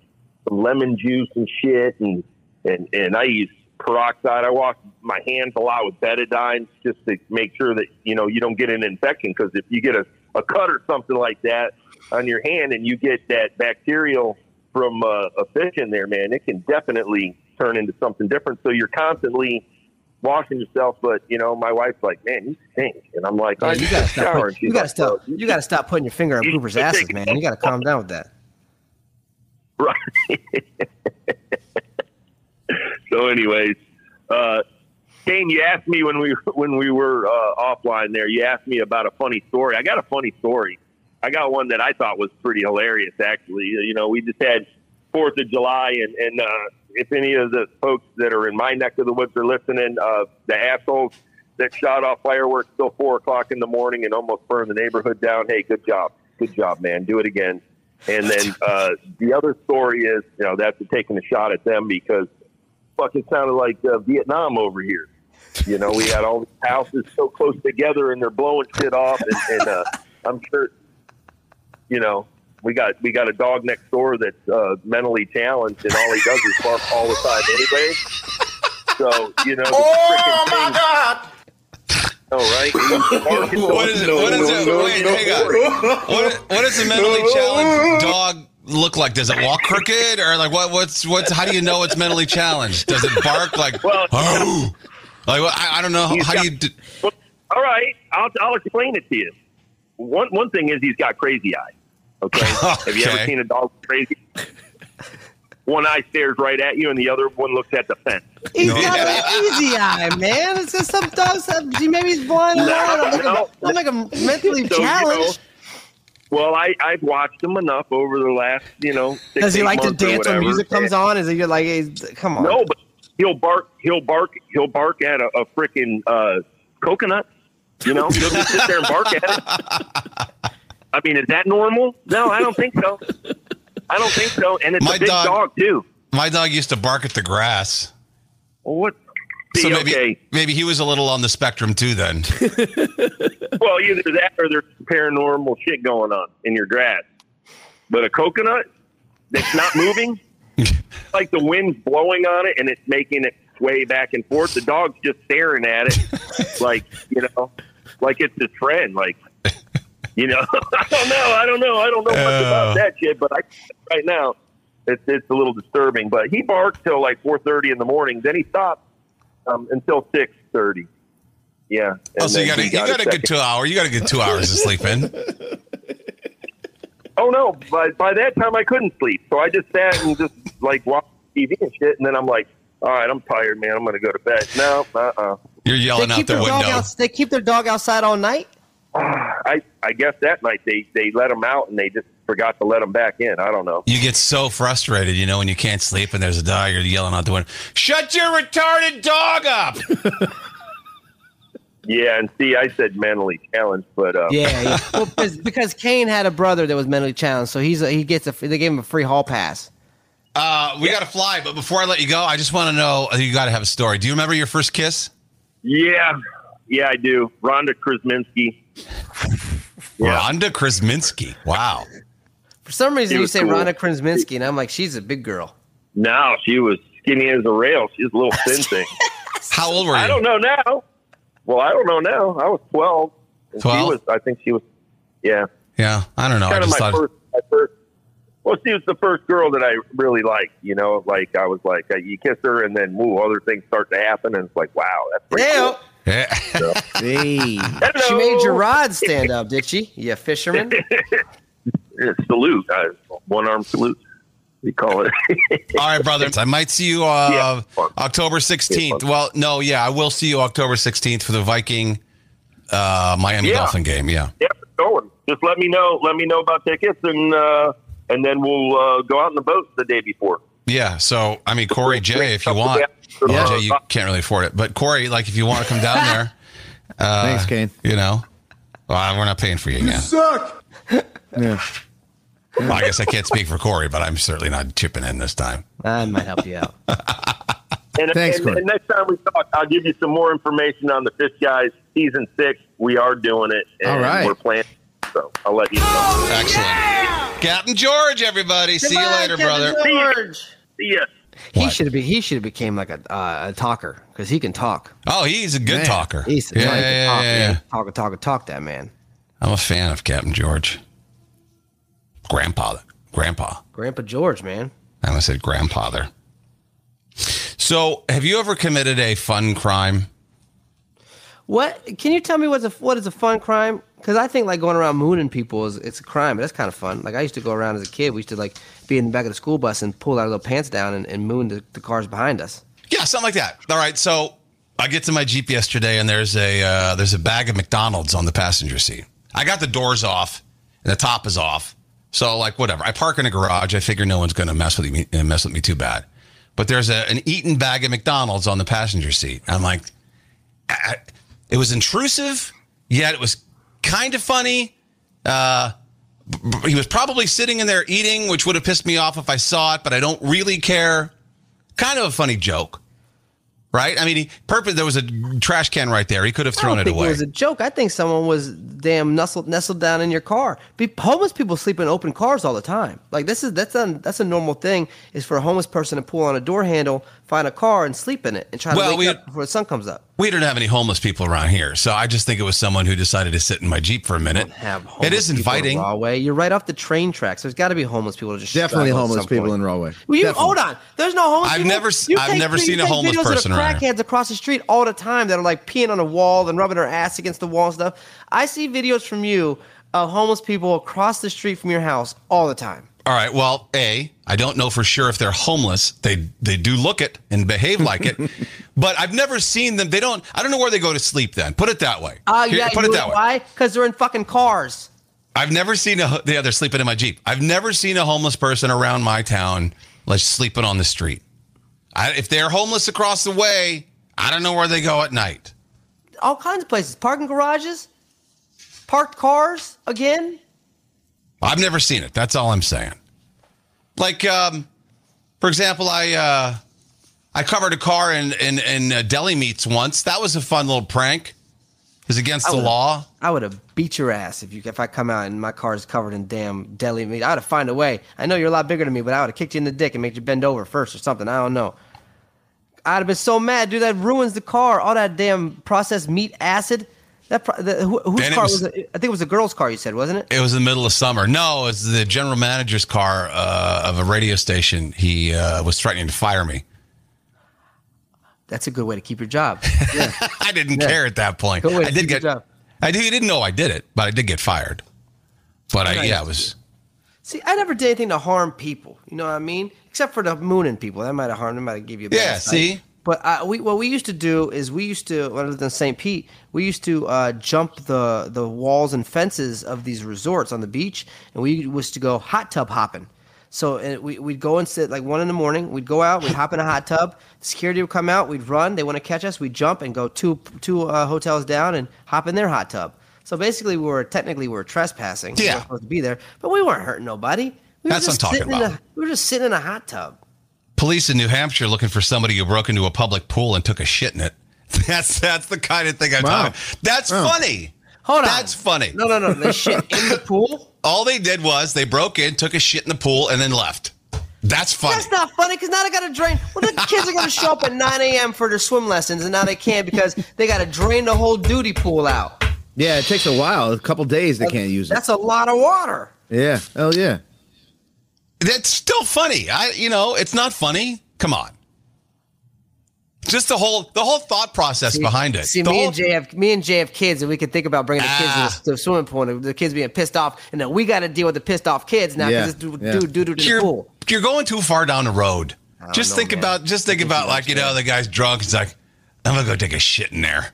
[SPEAKER 8] some lemon juice and shit, and and and I use peroxide. I wash my hands a lot with betadine just to make sure that you know you don't get an infection because if you get a, a cut or something like that on your hand and you get that bacterial from uh, a fish in there, man, it can definitely turn into something different. So you're constantly washing yourself, but you know, my wife's like, "Man, you stink," and I'm like,
[SPEAKER 4] Yeah,
[SPEAKER 8] "I
[SPEAKER 4] Oh, you gotta
[SPEAKER 8] just
[SPEAKER 4] stop.
[SPEAKER 8] shower."
[SPEAKER 4] Putting,
[SPEAKER 8] And
[SPEAKER 4] you
[SPEAKER 8] she's
[SPEAKER 4] gotta
[SPEAKER 8] like,
[SPEAKER 4] stop.
[SPEAKER 8] "Bro,
[SPEAKER 4] You gotta stop putting your finger on
[SPEAKER 8] you
[SPEAKER 4] poopers'
[SPEAKER 8] should
[SPEAKER 4] asses,
[SPEAKER 8] take-
[SPEAKER 4] man. You gotta calm down with that.
[SPEAKER 8] Right. so, anyways, uh, Kane, you asked me when we when we were uh, offline there. You asked me about a funny story. I got a funny story. I got one that I thought was pretty hilarious. Actually, you know, we just had Fourth of July, and and uh, if any of the folks that are in my neck of the woods are listening, uh, the assholes that shot off fireworks till four o'clock in the morning and almost burned the neighborhood down. Hey, good job, good job, man. Do it again. And then uh, the other story is, you know, that's taking a shot at them because fucking sounded like uh, Vietnam over here. You know, we had all these houses so close together and they're blowing shit off. And, and uh, I'm sure, you know, we got we got a dog next door that's uh, mentally challenged and all he does is bark all the time anyway. So, you know, the
[SPEAKER 7] Oh
[SPEAKER 8] frickin'
[SPEAKER 7] my
[SPEAKER 8] thing-
[SPEAKER 7] God!
[SPEAKER 8] Oh, right? He's barking the
[SPEAKER 2] What is it? What is it? Wait, hang on. What, what does a mentally challenged dog look like? Does it walk crooked or like what? What's what's? How do you know it's mentally challenged? Does it bark like?
[SPEAKER 8] Well,
[SPEAKER 2] "Arr!" like well, I, I don't know. How,
[SPEAKER 8] He's
[SPEAKER 2] how do
[SPEAKER 8] got-
[SPEAKER 2] you? d
[SPEAKER 8] All right, I'll, I'll explain it to you. One one thing is he's got crazy eyes. Okay, have you ever
[SPEAKER 2] Okay.
[SPEAKER 8] seen a dog with crazy? one eye stares right at you, and the other one looks at the fence.
[SPEAKER 4] He's
[SPEAKER 2] No.
[SPEAKER 4] got an easy eye, man. It's just some dogs. Some, maybe he's blind.
[SPEAKER 8] No,
[SPEAKER 4] I don't
[SPEAKER 8] no.
[SPEAKER 4] know. I'm like a, I'm like a mentally
[SPEAKER 8] So, you know,
[SPEAKER 4] challenged.
[SPEAKER 8] Well, I I've watched him enough over the last you know. Six,
[SPEAKER 4] Does he
[SPEAKER 8] eight
[SPEAKER 4] like to
[SPEAKER 8] months or
[SPEAKER 4] dance when
[SPEAKER 8] whatever.
[SPEAKER 4] music comes on? Is he like, hey, come on?
[SPEAKER 8] No, but he'll bark, he'll bark, he'll bark at a, a freaking uh, coconut. You know, he'll just sit there and bark at it. I mean, is that normal? No, I don't think so. I don't think so. And it's
[SPEAKER 2] My
[SPEAKER 8] a big
[SPEAKER 2] dog-
[SPEAKER 8] dog, too.
[SPEAKER 2] My dog used to bark at the grass.
[SPEAKER 8] Well, what?
[SPEAKER 2] So
[SPEAKER 8] See,
[SPEAKER 2] maybe
[SPEAKER 8] okay.
[SPEAKER 2] maybe he was a little on the spectrum too then.
[SPEAKER 8] Well, either that or there's paranormal shit going on in your grass. But a coconut that's not moving, like the wind's blowing on it and it's making it sway back and forth. The dog's just staring at it, like you know, like it's his friend. Like you know, I don't know, I don't know, I don't know much
[SPEAKER 2] Oh.
[SPEAKER 8] about that shit. But I, right now, it's it's a little disturbing. But he barked till like four thirty in the morning. Then he stopped um, until six thirty. Yeah.
[SPEAKER 2] Oh,
[SPEAKER 8] and
[SPEAKER 2] so you
[SPEAKER 8] then
[SPEAKER 2] got a,
[SPEAKER 8] he
[SPEAKER 2] you got a
[SPEAKER 8] second-
[SPEAKER 2] good two hour. You got a good two hours of sleep in.
[SPEAKER 8] Oh no! By by that time, I couldn't sleep, so I just sat and just like watched TV and shit. And then I'm like, "All right, I'm tired, man. I'm gonna go to bed." No, uh, uh
[SPEAKER 2] You're
[SPEAKER 4] They
[SPEAKER 2] yelling out
[SPEAKER 4] keep,
[SPEAKER 2] the
[SPEAKER 4] their dog
[SPEAKER 2] window.
[SPEAKER 4] out, they keep their dog outside all night.
[SPEAKER 8] I I guess that night they they let him out and they just forgot to let him back in. I don't know.
[SPEAKER 2] You get so frustrated, you know, when you can't sleep and there's a dog. You're yelling out the window. Shut your retarded dog up.
[SPEAKER 8] Yeah, and see, I said mentally challenged, but uh,
[SPEAKER 4] Yeah, yeah. well, 'cause- because Kane had a brother that was mentally challenged, so he's a, he gets a they gave him a free hall pass.
[SPEAKER 2] Uh, we got to fly, but before I let you go, I just want to know. uh, You got to have a story. Do you remember your first kiss?
[SPEAKER 8] yeah, yeah, I do. Rhonda Krasinski. Yeah.
[SPEAKER 2] Rhonda Krasinski. Wow.
[SPEAKER 4] For some reason,
[SPEAKER 8] He
[SPEAKER 4] you
[SPEAKER 8] was
[SPEAKER 4] say
[SPEAKER 8] cool.
[SPEAKER 4] Rhonda Krasinski, and I'm like, she's a big girl.
[SPEAKER 8] No, she was skinny as a rail. She was a little thin thing.
[SPEAKER 2] How old were you?
[SPEAKER 8] I don't know now. Well, I don't know now. I was twelve. and She
[SPEAKER 2] 12?
[SPEAKER 8] was. I think she was. Yeah.
[SPEAKER 2] Yeah, I don't know. I
[SPEAKER 8] kind of
[SPEAKER 2] just
[SPEAKER 8] my
[SPEAKER 2] thought.
[SPEAKER 8] first, my first. Well, she was the first girl that I really liked. You know, like I was like, uh, you kiss her, and then woo, other things start to happen, and it's like, wow, that's pretty
[SPEAKER 4] Yeah,
[SPEAKER 8] cool.
[SPEAKER 2] Yeah.
[SPEAKER 5] Hey,
[SPEAKER 8] Hello.
[SPEAKER 4] she made Gerard stand up, did she? You fisherman.
[SPEAKER 8] Yeah, salute, uh, one arm salute. We call it.
[SPEAKER 2] All right, brother. I might see you uh,
[SPEAKER 8] Yeah.
[SPEAKER 2] October sixteenth.
[SPEAKER 8] Yeah.
[SPEAKER 2] Well, no, yeah, I will see you October sixteenth for the Viking uh, Miami
[SPEAKER 8] Yeah.
[SPEAKER 2] Dolphin game. Yeah.
[SPEAKER 8] yeah, it's going. Just let me know. Let me know about tickets, and uh, and then we'll uh, go out in the boat the day before.
[SPEAKER 2] Yeah. So, I mean, Corey J, if you want,
[SPEAKER 8] Yeah.
[SPEAKER 2] Well, Jay, you can't really afford it, but Corey, like, if you want to come down there, uh,
[SPEAKER 5] Thanks, Kane.
[SPEAKER 2] You know, well, we're not paying for you again.
[SPEAKER 5] yeah.
[SPEAKER 2] Well, I guess I can't speak for Corey, but I'm certainly not chipping in this time.
[SPEAKER 4] I might help you out.
[SPEAKER 8] And,
[SPEAKER 5] Thanks,
[SPEAKER 8] and,
[SPEAKER 5] Corey.
[SPEAKER 8] and next time we talk, I'll give you some more information on the Fish Guys season six. We are doing it. And
[SPEAKER 5] All right.
[SPEAKER 8] We're planning. So I'll let you know.
[SPEAKER 2] Excellent. Captain George, everybody. see you later, brother.
[SPEAKER 4] George.
[SPEAKER 8] See ya.
[SPEAKER 4] He
[SPEAKER 2] What?
[SPEAKER 4] should be. He should have became like a, uh, a talker because he can talk.
[SPEAKER 2] Oh, he's a good
[SPEAKER 5] Man,
[SPEAKER 2] talker.
[SPEAKER 4] He's
[SPEAKER 2] yeah,
[SPEAKER 4] he can
[SPEAKER 2] yeah, yeah,
[SPEAKER 4] talk,
[SPEAKER 2] yeah,
[SPEAKER 4] man.
[SPEAKER 2] yeah.
[SPEAKER 4] talk, talk, talk. That man,
[SPEAKER 2] I'm a fan of Captain George. Grandpa. Grandpa.
[SPEAKER 4] Grandpa George, man.
[SPEAKER 2] I almost said grandfather. So, have you ever committed a fun crime?
[SPEAKER 4] What can you tell me? What's a what is a fun crime? Because I think like going around mooning people is it's a crime, but that's kind of fun. Like I used to go around as a kid. We used to like be in the back of the school bus and pull our little pants down and, and moon the, the cars behind us.
[SPEAKER 2] Yeah, something like that. All right, so I get to my Jeep yesterday, and there's a uh, there's a bag of McDonald's on the passenger seat. I got the doors off, and the top is off, so like whatever. I park in a garage. I figure no one's going to mess with me mess with me too bad. But there's a, an eaten bag of McDonald's on the passenger seat. I'm like, I, I- it was intrusive, yet it was kind of funny. Uh, b- b- he was probably sitting in there eating, which would have pissed me off if I saw it, but I don't really care kind of a funny joke, right? I mean, he purpose there was a trash can right there. He could have
[SPEAKER 4] I
[SPEAKER 2] thrown
[SPEAKER 4] don't
[SPEAKER 2] it
[SPEAKER 4] think
[SPEAKER 2] away.
[SPEAKER 4] was a joke. I think someone was damn nestled nestled down in your car. Be, homeless people sleep in open cars all the time. Like this is that's a that's a normal thing is for a homeless person to pull on a door handle, find a car, and sleep in it, and try
[SPEAKER 2] Well,
[SPEAKER 4] to wake
[SPEAKER 2] we-
[SPEAKER 4] up before the sun comes up.
[SPEAKER 2] we don't have any homeless people around here, so I just think it was someone who decided to sit in my jeep for a minute.
[SPEAKER 4] Have homeless
[SPEAKER 2] It is
[SPEAKER 4] people in
[SPEAKER 2] inviting.
[SPEAKER 4] Rahway. You're right off the train tracks. There's got to be homeless people. that Just
[SPEAKER 5] definitely
[SPEAKER 4] struggle at
[SPEAKER 5] homeless
[SPEAKER 4] some
[SPEAKER 5] people
[SPEAKER 4] point.
[SPEAKER 5] in Rahway.
[SPEAKER 4] Well, you,
[SPEAKER 5] Definitely.
[SPEAKER 4] hold on. There's no homeless.
[SPEAKER 2] I've
[SPEAKER 4] people?
[SPEAKER 2] never s-
[SPEAKER 4] You
[SPEAKER 2] I've
[SPEAKER 4] take-
[SPEAKER 2] never
[SPEAKER 4] you
[SPEAKER 2] seen a
[SPEAKER 4] take
[SPEAKER 2] homeless
[SPEAKER 4] videos of the
[SPEAKER 2] person around here.
[SPEAKER 4] Crackheads across the street all the time that are like peeing on a wall and rubbing their ass against the wall and stuff. I see videos from you of homeless people across the street from your house all the time.
[SPEAKER 2] All right. Well, a I don't know for sure if they're homeless. They they do look it and behave like it, but I've never seen them. They don't. I don't know where they go to sleep. Then put it that way.
[SPEAKER 4] Uh,
[SPEAKER 2] Here,
[SPEAKER 4] yeah,
[SPEAKER 2] put
[SPEAKER 4] you
[SPEAKER 2] it
[SPEAKER 4] know
[SPEAKER 2] that way.
[SPEAKER 4] Why? Because they're in fucking cars.
[SPEAKER 2] I've never seen a yeah. They're sleeping in my jeep. I've never seen a homeless person around my town like sleeping on the street. I, if they're homeless across the way, I don't know where they go at night.
[SPEAKER 4] All kinds of places, parking garages, parked cars again.
[SPEAKER 2] I've never seen it. That's all I'm saying. Like, um, for example, I uh, I covered a car in in, in uh, deli meats once. That was a fun little prank. It was against the
[SPEAKER 4] would-
[SPEAKER 2] law.
[SPEAKER 4] I would have beat your ass if you if I come out and my car is covered in damn deli meat. I would have find a way. I know you're a lot bigger than me, but I would have kicked you in the dick and made you bend over first or something. I don't know. I'd have been so mad, dude. That ruins the car. All that damn processed meat acid. That pro- the, who, whose
[SPEAKER 2] Then it
[SPEAKER 4] car
[SPEAKER 2] was-
[SPEAKER 4] was, it? I think it was a girl's car. You said, wasn't it?
[SPEAKER 2] It was in the middle of summer. No, it's the general manager's car uh, of a radio station. He uh, was threatening to fire me.
[SPEAKER 4] That's a good way to keep your job.
[SPEAKER 2] I didn't care at that point.
[SPEAKER 4] Go ahead,
[SPEAKER 2] I did
[SPEAKER 4] do your
[SPEAKER 2] get.
[SPEAKER 4] job.
[SPEAKER 2] I did, didn't know I did it, but I did get fired. But I, yeah, it was.
[SPEAKER 4] See, I never did anything to harm people. You know what I mean? Except for the mooning people. That might have harmed. That might have give you. A bad
[SPEAKER 2] Yeah,
[SPEAKER 4] sight.
[SPEAKER 2] see?
[SPEAKER 4] But I, we, what we used to do is we used to, when I lived in St. Pete, we used to uh, jump the the walls and fences of these resorts on the beach, and we used to go hot tub hopping. So and we, we'd go and sit like one in the morning. We'd go out, we'd hop in a hot tub. Security would come out, we'd run. They want to catch us, we'd jump and go two two uh, hotels down and hop in their hot tub. So basically, we were technically we were trespassing. We
[SPEAKER 2] Yeah.
[SPEAKER 4] weren't supposed to be there, but we weren't hurting nobody. We were
[SPEAKER 2] That's what I'm
[SPEAKER 4] just
[SPEAKER 2] talking
[SPEAKER 4] sitting in
[SPEAKER 2] about.
[SPEAKER 4] a- we were just sitting in a hot tub.
[SPEAKER 2] Police in New Hampshire looking for somebody who broke into a public pool and took a shit in it. That's that's the kind of thing I'm
[SPEAKER 5] Wow.
[SPEAKER 2] talking. That's funny.
[SPEAKER 4] Hold on.
[SPEAKER 2] That's funny.
[SPEAKER 4] No, no, no. They shit in the pool.
[SPEAKER 2] All they did was they broke in, took a shit in the pool, and then left. That's funny.
[SPEAKER 4] That's not funny because now they got to drain. Well, the kids are going to show up at 9 a.m. for their swim lessons, and now they can't because they got to drain the whole duty pool out.
[SPEAKER 5] Yeah, it takes a while, a couple days they can't use it.
[SPEAKER 4] That's a lot of water.
[SPEAKER 5] Yeah. Oh yeah.
[SPEAKER 2] That's still funny. I you know, it's not funny. Come on. Just the whole the whole thought process behind it.
[SPEAKER 4] See,
[SPEAKER 2] The
[SPEAKER 4] me
[SPEAKER 2] whole-
[SPEAKER 4] and Jay have me and Jay have kids, and we could think about bringing the kids
[SPEAKER 2] Ah.
[SPEAKER 4] to the, to the swimming pool, and the kids being pissed off, and then we got to deal with the pissed off kids now
[SPEAKER 5] Yeah,
[SPEAKER 4] because this dude,
[SPEAKER 5] yeah.
[SPEAKER 4] dude, dude, dude in the
[SPEAKER 2] you're,
[SPEAKER 4] pool.
[SPEAKER 2] you're going too far down the road. Just
[SPEAKER 4] know,
[SPEAKER 2] think
[SPEAKER 4] man.
[SPEAKER 2] about just think about like you know the guy's drunk. He's like, I'm gonna go take a shit in there,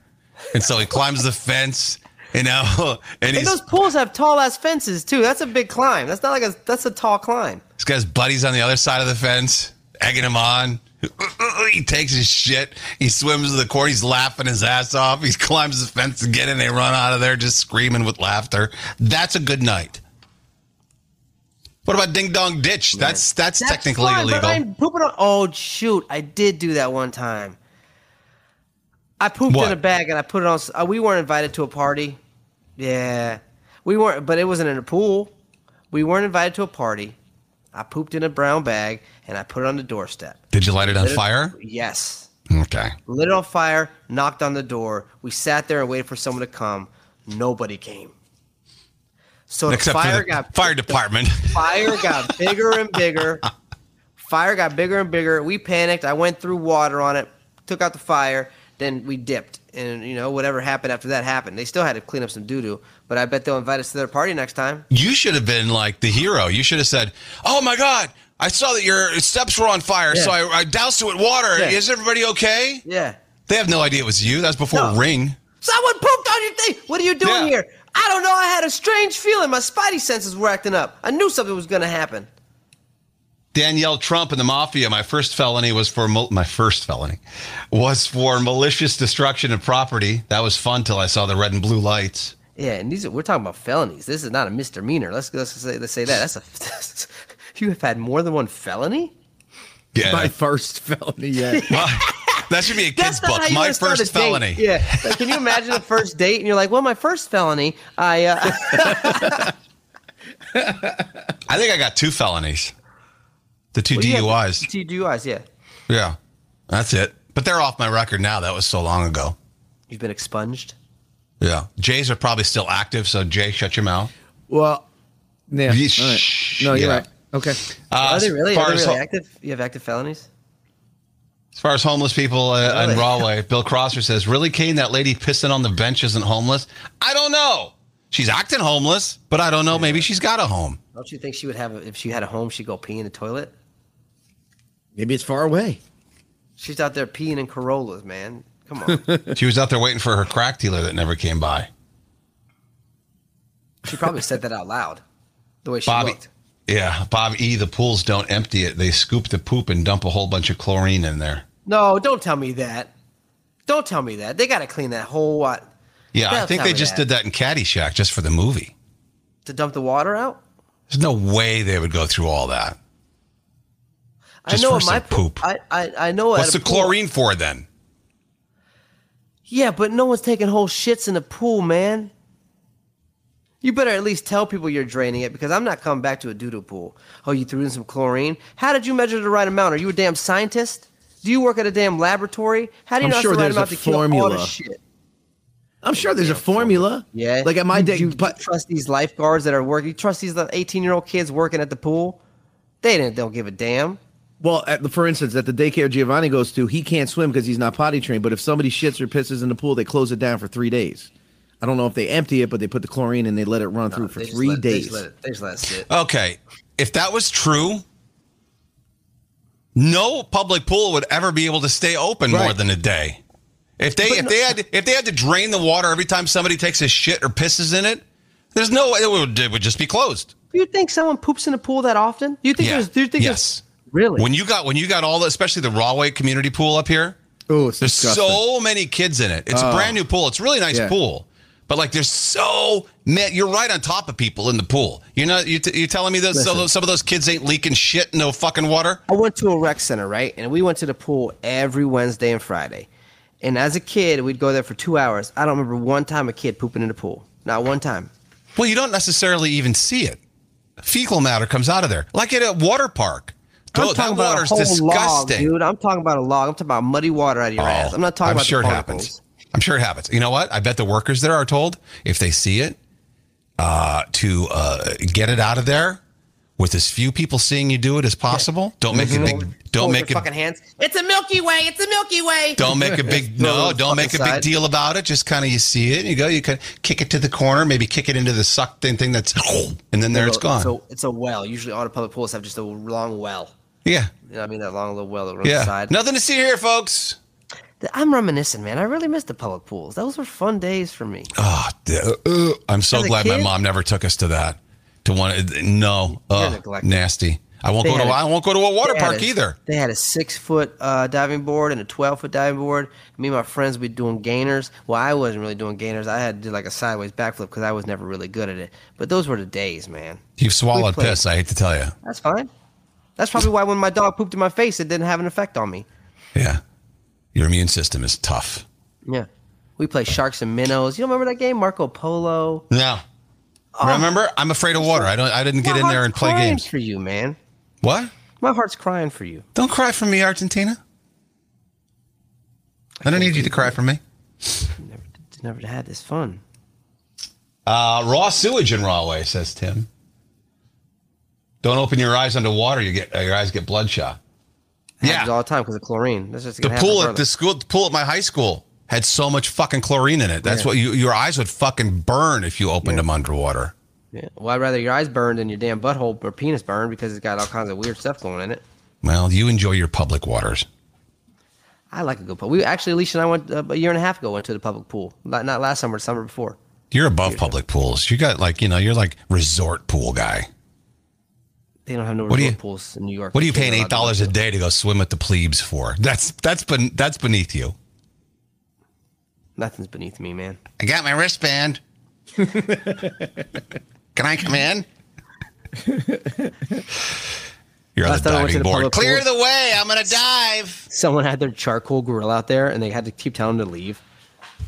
[SPEAKER 2] and so he climbs the fence. You know, and
[SPEAKER 4] And
[SPEAKER 2] he's,
[SPEAKER 4] those pools have tall ass fences too. That's a big climb. That's not like a that's a tall climb.
[SPEAKER 2] he's got his buddies on the other side of the fence, egging him on. He takes his shit. He swims to the court. He's laughing his ass off. He climbs the fence again, and they run out of there just screaming with laughter. That's a good night. What about Ding Dong Ditch? That's that's, technically
[SPEAKER 4] fine,
[SPEAKER 2] illegal.
[SPEAKER 4] But I'm pooping on. Oh shoot! I did do that one time. I pooped
[SPEAKER 2] What?
[SPEAKER 4] in a bag and I put it on. s- Uh, we weren't invited to a party. Yeah, we weren't. But it wasn't in a pool. We weren't invited to a party. I pooped in a brown bag and I put it on the doorstep.
[SPEAKER 2] Did you light it on fire?
[SPEAKER 4] Yes,
[SPEAKER 2] Okay.
[SPEAKER 4] lit it on fire. Knocked on the door. We sat there and waited for someone to come. Nobody came. So the
[SPEAKER 2] Except
[SPEAKER 4] fire
[SPEAKER 2] for the
[SPEAKER 4] got
[SPEAKER 2] fire department.
[SPEAKER 4] fire got bigger and bigger. Fire got bigger and bigger. We panicked. I went through water on it, took out the fire, then we dipped. And you know, whatever happened after that happened. They still had to clean up some doo doo, but I bet they'll invite us to their party next time.
[SPEAKER 2] you should have been like the hero. You should have said, "Oh my God, I saw that your steps were on fire, so I, I doused it with water.
[SPEAKER 4] Yeah.
[SPEAKER 2] Is everybody okay?"
[SPEAKER 4] Yeah.
[SPEAKER 2] They have no idea it was you. That's before
[SPEAKER 4] No.
[SPEAKER 2] Ring.
[SPEAKER 4] Someone pooped on your thing. What are you doing
[SPEAKER 2] Yeah.
[SPEAKER 4] here? I don't know. I had a strange feeling. My spidey senses were acting up. I knew something was gonna happen.
[SPEAKER 2] Danielle Trump and the Mafia. My first felony was for mol- my first felony was for malicious destruction of property. That was fun till I saw the red and blue lights.
[SPEAKER 4] Yeah, and these are, we're talking about felonies. This is not a misdemeanor. Let's let's say let's say that. That's a you have had more than one felony.
[SPEAKER 2] Yeah,
[SPEAKER 5] My first felony. Yeah.
[SPEAKER 2] that should be a
[SPEAKER 4] That's
[SPEAKER 2] kid's
[SPEAKER 4] not
[SPEAKER 2] book.
[SPEAKER 4] how you
[SPEAKER 2] My
[SPEAKER 4] wanna start
[SPEAKER 2] first
[SPEAKER 4] a date.
[SPEAKER 2] felony.
[SPEAKER 4] Yeah. Like, can you imagine the first date and you're like, well, my first felony, I uh,
[SPEAKER 2] I think I got two felonies. The two
[SPEAKER 4] you have-
[SPEAKER 2] DUIs.
[SPEAKER 4] two DUIs. Yeah.
[SPEAKER 2] Yeah, that's it. But they're off my record now. That was so long ago.
[SPEAKER 4] You've been expunged.
[SPEAKER 2] Yeah, Jays are probably still active. So Jay, shut your mouth.
[SPEAKER 5] Well. Yeah. All
[SPEAKER 2] Yeesh.
[SPEAKER 5] right. No, you're
[SPEAKER 2] Yeah.
[SPEAKER 5] right. Okay.
[SPEAKER 2] Uh,
[SPEAKER 4] Oh, Are they really?
[SPEAKER 2] As far,
[SPEAKER 4] Are they
[SPEAKER 2] as,
[SPEAKER 4] really
[SPEAKER 2] ho-
[SPEAKER 4] active? You have active felonies.
[SPEAKER 2] as far as homeless people uh, in
[SPEAKER 4] Really?
[SPEAKER 2] Rahway, Bill Crosser says, "Really, Kane? That lady pissing on the bench isn't homeless? I don't know. She's acting homeless, but I don't know. Maybe she's got a home.
[SPEAKER 4] Don't you think she would have a, if she had a home, she'd go pee in the toilet?
[SPEAKER 5] Maybe it's far away.
[SPEAKER 4] She's out there peeing in Corollas, man. Come on.
[SPEAKER 2] She was out there waiting for her crack dealer that never came by."
[SPEAKER 4] she probably said that out loud. The way she
[SPEAKER 2] Bobby
[SPEAKER 4] looked.
[SPEAKER 2] Yeah, Bob E. The pools don't empty it; they scoop the poop and dump a whole bunch of chlorine in there.
[SPEAKER 4] No, don't tell me that. Don't tell me that. They got to clean that whole what
[SPEAKER 2] Yeah, I
[SPEAKER 4] Don't
[SPEAKER 2] think
[SPEAKER 4] tell
[SPEAKER 2] they
[SPEAKER 4] me
[SPEAKER 2] just did
[SPEAKER 4] that.
[SPEAKER 2] that in Caddyshack just for the movie.
[SPEAKER 4] to dump the water out.
[SPEAKER 2] There's no way they would go through all that. Just
[SPEAKER 4] I know
[SPEAKER 2] for
[SPEAKER 4] at my
[SPEAKER 2] some
[SPEAKER 4] pool-
[SPEAKER 2] poop.
[SPEAKER 4] I, I I know.
[SPEAKER 2] What's
[SPEAKER 4] at
[SPEAKER 2] the
[SPEAKER 4] a pool-
[SPEAKER 2] chlorine for then?
[SPEAKER 4] Yeah, but no one's taking whole shits in the pool, man. You better at least tell people you're draining it because I'm not coming back to a doodle pool. Oh, you threw in some chlorine. How did you measure the right amount? Are you a damn scientist? Do you work at a damn laboratory? How do you
[SPEAKER 5] I'm
[SPEAKER 4] know
[SPEAKER 5] sure
[SPEAKER 4] it's the right
[SPEAKER 5] there's a
[SPEAKER 4] amount to kill all
[SPEAKER 5] formula.
[SPEAKER 4] this shit?
[SPEAKER 5] I'm sure there's a formula.
[SPEAKER 4] Yeah.
[SPEAKER 5] Like at my
[SPEAKER 4] You-
[SPEAKER 5] day,
[SPEAKER 4] you,
[SPEAKER 5] but
[SPEAKER 4] trust these lifeguards that are working. You trust these 18 year old kids working at the pool. They didn't. Don't give a damn.
[SPEAKER 5] Well, at the, for instance, at the daycare Giovanni goes to, he can't swim because he's not potty trained. But if somebody shits or pisses in the pool, they close it down for three days. I don't know if they empty it, but they put the chlorine and they let it run through for
[SPEAKER 4] They just
[SPEAKER 5] three
[SPEAKER 4] let- They
[SPEAKER 5] days.
[SPEAKER 4] just let, it, they just let it sit.
[SPEAKER 2] Okay, if that was true, no public pool would ever be able to stay open more
[SPEAKER 5] Right.
[SPEAKER 2] than a day. If they if they had if they had to drain the water every time somebody takes a shit or pisses in it, there's no way it would, it would just be closed.
[SPEAKER 4] Do you think someone poops in a pool that often? Do you think there's? Do you think
[SPEAKER 2] yes.
[SPEAKER 4] there's? Really?
[SPEAKER 2] When you got when you got all the especially the Rawway community pool up here,
[SPEAKER 5] Oh, it's
[SPEAKER 2] there's
[SPEAKER 5] disgusting.
[SPEAKER 2] so many kids in it. It's
[SPEAKER 4] Oh.
[SPEAKER 2] a brand new pool. It's a really nice
[SPEAKER 5] Yeah.
[SPEAKER 2] pool. But like there's so many you're right on top of people in the pool. You know you t- you're telling me that some,
[SPEAKER 5] Listen.
[SPEAKER 2] some of those kids ain't leaking shit in no fucking water?
[SPEAKER 4] I went to a rec center, right? And we went to the pool every Wednesday and Friday. And as a kid, we'd go there for two hours. I don't remember one time a kid pooping in the pool. Not one time.
[SPEAKER 2] Well, you don't necessarily even see it. Fecal matter comes out of there. Like at a water park.
[SPEAKER 4] I'm
[SPEAKER 2] Tho-
[SPEAKER 4] talking about a whole log, dude. I'm talking about a log. I'm talking about muddy water out of your ass. I'm not talking
[SPEAKER 2] Oh, I'm
[SPEAKER 4] about
[SPEAKER 2] sure
[SPEAKER 4] the
[SPEAKER 2] it happens.
[SPEAKER 4] particles.
[SPEAKER 2] I'm sure it happens. You know what? I bet the workers there are told if they see it uh, to uh, get it out of there with as few people seeing you do it as possible. Don't make
[SPEAKER 4] Mm-hmm.
[SPEAKER 2] a big. Don't
[SPEAKER 4] Hold
[SPEAKER 2] make
[SPEAKER 4] your
[SPEAKER 2] a.
[SPEAKER 4] fucking hands.
[SPEAKER 3] It's a Milky Way. It's a Milky Way.
[SPEAKER 2] Don't make a big no.
[SPEAKER 4] the
[SPEAKER 2] Don't make a
[SPEAKER 4] fucking
[SPEAKER 2] big
[SPEAKER 4] side.
[SPEAKER 2] deal about it. Just kind of you see it. You go. You can kick it to the corner. Maybe kick it into the suck thing thing that's and then there it's gone.
[SPEAKER 4] So it's a well. Usually all the public pools have just a long well.
[SPEAKER 2] yeah,
[SPEAKER 4] You know what I mean? That long little well that runs
[SPEAKER 2] yeah.
[SPEAKER 4] inside.
[SPEAKER 2] Nothing to see here, folks.
[SPEAKER 4] I'm reminiscing, man. I really miss the public pools. Those were fun days for me.
[SPEAKER 2] Oh, d- uh, I'm so
[SPEAKER 4] As a
[SPEAKER 2] glad my
[SPEAKER 4] kid?
[SPEAKER 2] mom never took us to that. To one, no, uh,
[SPEAKER 4] neglected.
[SPEAKER 2] nasty. I won't
[SPEAKER 4] They
[SPEAKER 2] go to.
[SPEAKER 4] had a-
[SPEAKER 2] I won't go to a water
[SPEAKER 4] They had
[SPEAKER 2] park
[SPEAKER 4] a-
[SPEAKER 2] either.
[SPEAKER 4] They had a six foot uh, diving board and a twelve foot diving board. Me and my friends we doing gainers. Well, I wasn't really doing gainers. I had to do like a sideways backflip because I was never really good at it. But those were the days, man.
[SPEAKER 2] You've swallowed
[SPEAKER 4] played-
[SPEAKER 2] piss. I hate to tell you.
[SPEAKER 4] That's fine. That's probably why when my dog pooped in my face, it didn't have an effect on me.
[SPEAKER 2] Yeah, your immune system is tough.
[SPEAKER 4] Yeah. We play sharks and minnows. You don't remember that game, Marco Polo?
[SPEAKER 2] No, remember, I'm afraid of water. I don't. I didn't get
[SPEAKER 4] My
[SPEAKER 2] in there
[SPEAKER 4] heart's
[SPEAKER 2] and play
[SPEAKER 4] Oh. crying
[SPEAKER 2] games.
[SPEAKER 4] for you, man.
[SPEAKER 2] What?
[SPEAKER 4] My heart's crying for you.
[SPEAKER 2] Don't cry for me, Argentina. I don't need you to cry for me.
[SPEAKER 4] You never, you never had this fun.
[SPEAKER 2] Uh, raw sewage in Rahway, says Tim. Don't open your eyes underwater. You get uh, your eyes get bloodshot.
[SPEAKER 4] It happens all the time because of chlorine. That's just
[SPEAKER 2] the
[SPEAKER 4] gonna happen
[SPEAKER 2] pool at
[SPEAKER 4] further.
[SPEAKER 2] the school the pool at my high school had so much fucking chlorine in it that's what you, your eyes would fucking burn if you opened them underwater
[SPEAKER 4] Yeah. Well, I'd rather your eyes burned than your damn butthole or penis burned because it's got all kinds of weird stuff going in it.
[SPEAKER 2] well you enjoy your public waters
[SPEAKER 4] I like a good pool. We actually, Alicia and I went uh, a year and a half ago went to the public pool. Not, not last summer, the summer before.
[SPEAKER 2] you're above public pools you got like you know you're like resort pool guy
[SPEAKER 4] They don't have no
[SPEAKER 2] What do
[SPEAKER 4] resort
[SPEAKER 2] you-
[SPEAKER 4] pools in New York.
[SPEAKER 2] what are you
[SPEAKER 4] Kids
[SPEAKER 2] paying eight
[SPEAKER 4] allowed to go
[SPEAKER 2] dollars
[SPEAKER 4] to
[SPEAKER 2] a day to go swim with the plebes for that's that's ben, that's beneath you
[SPEAKER 4] it. Nothing's beneath me, man.
[SPEAKER 2] i got my wristband can i come in you're on the
[SPEAKER 4] Last time I went
[SPEAKER 2] diving
[SPEAKER 4] to the
[SPEAKER 2] board
[SPEAKER 4] public
[SPEAKER 2] clear
[SPEAKER 4] pool-
[SPEAKER 2] the way i'm gonna dive
[SPEAKER 4] Someone had their charcoal grill out there, and they had to keep telling them to leave.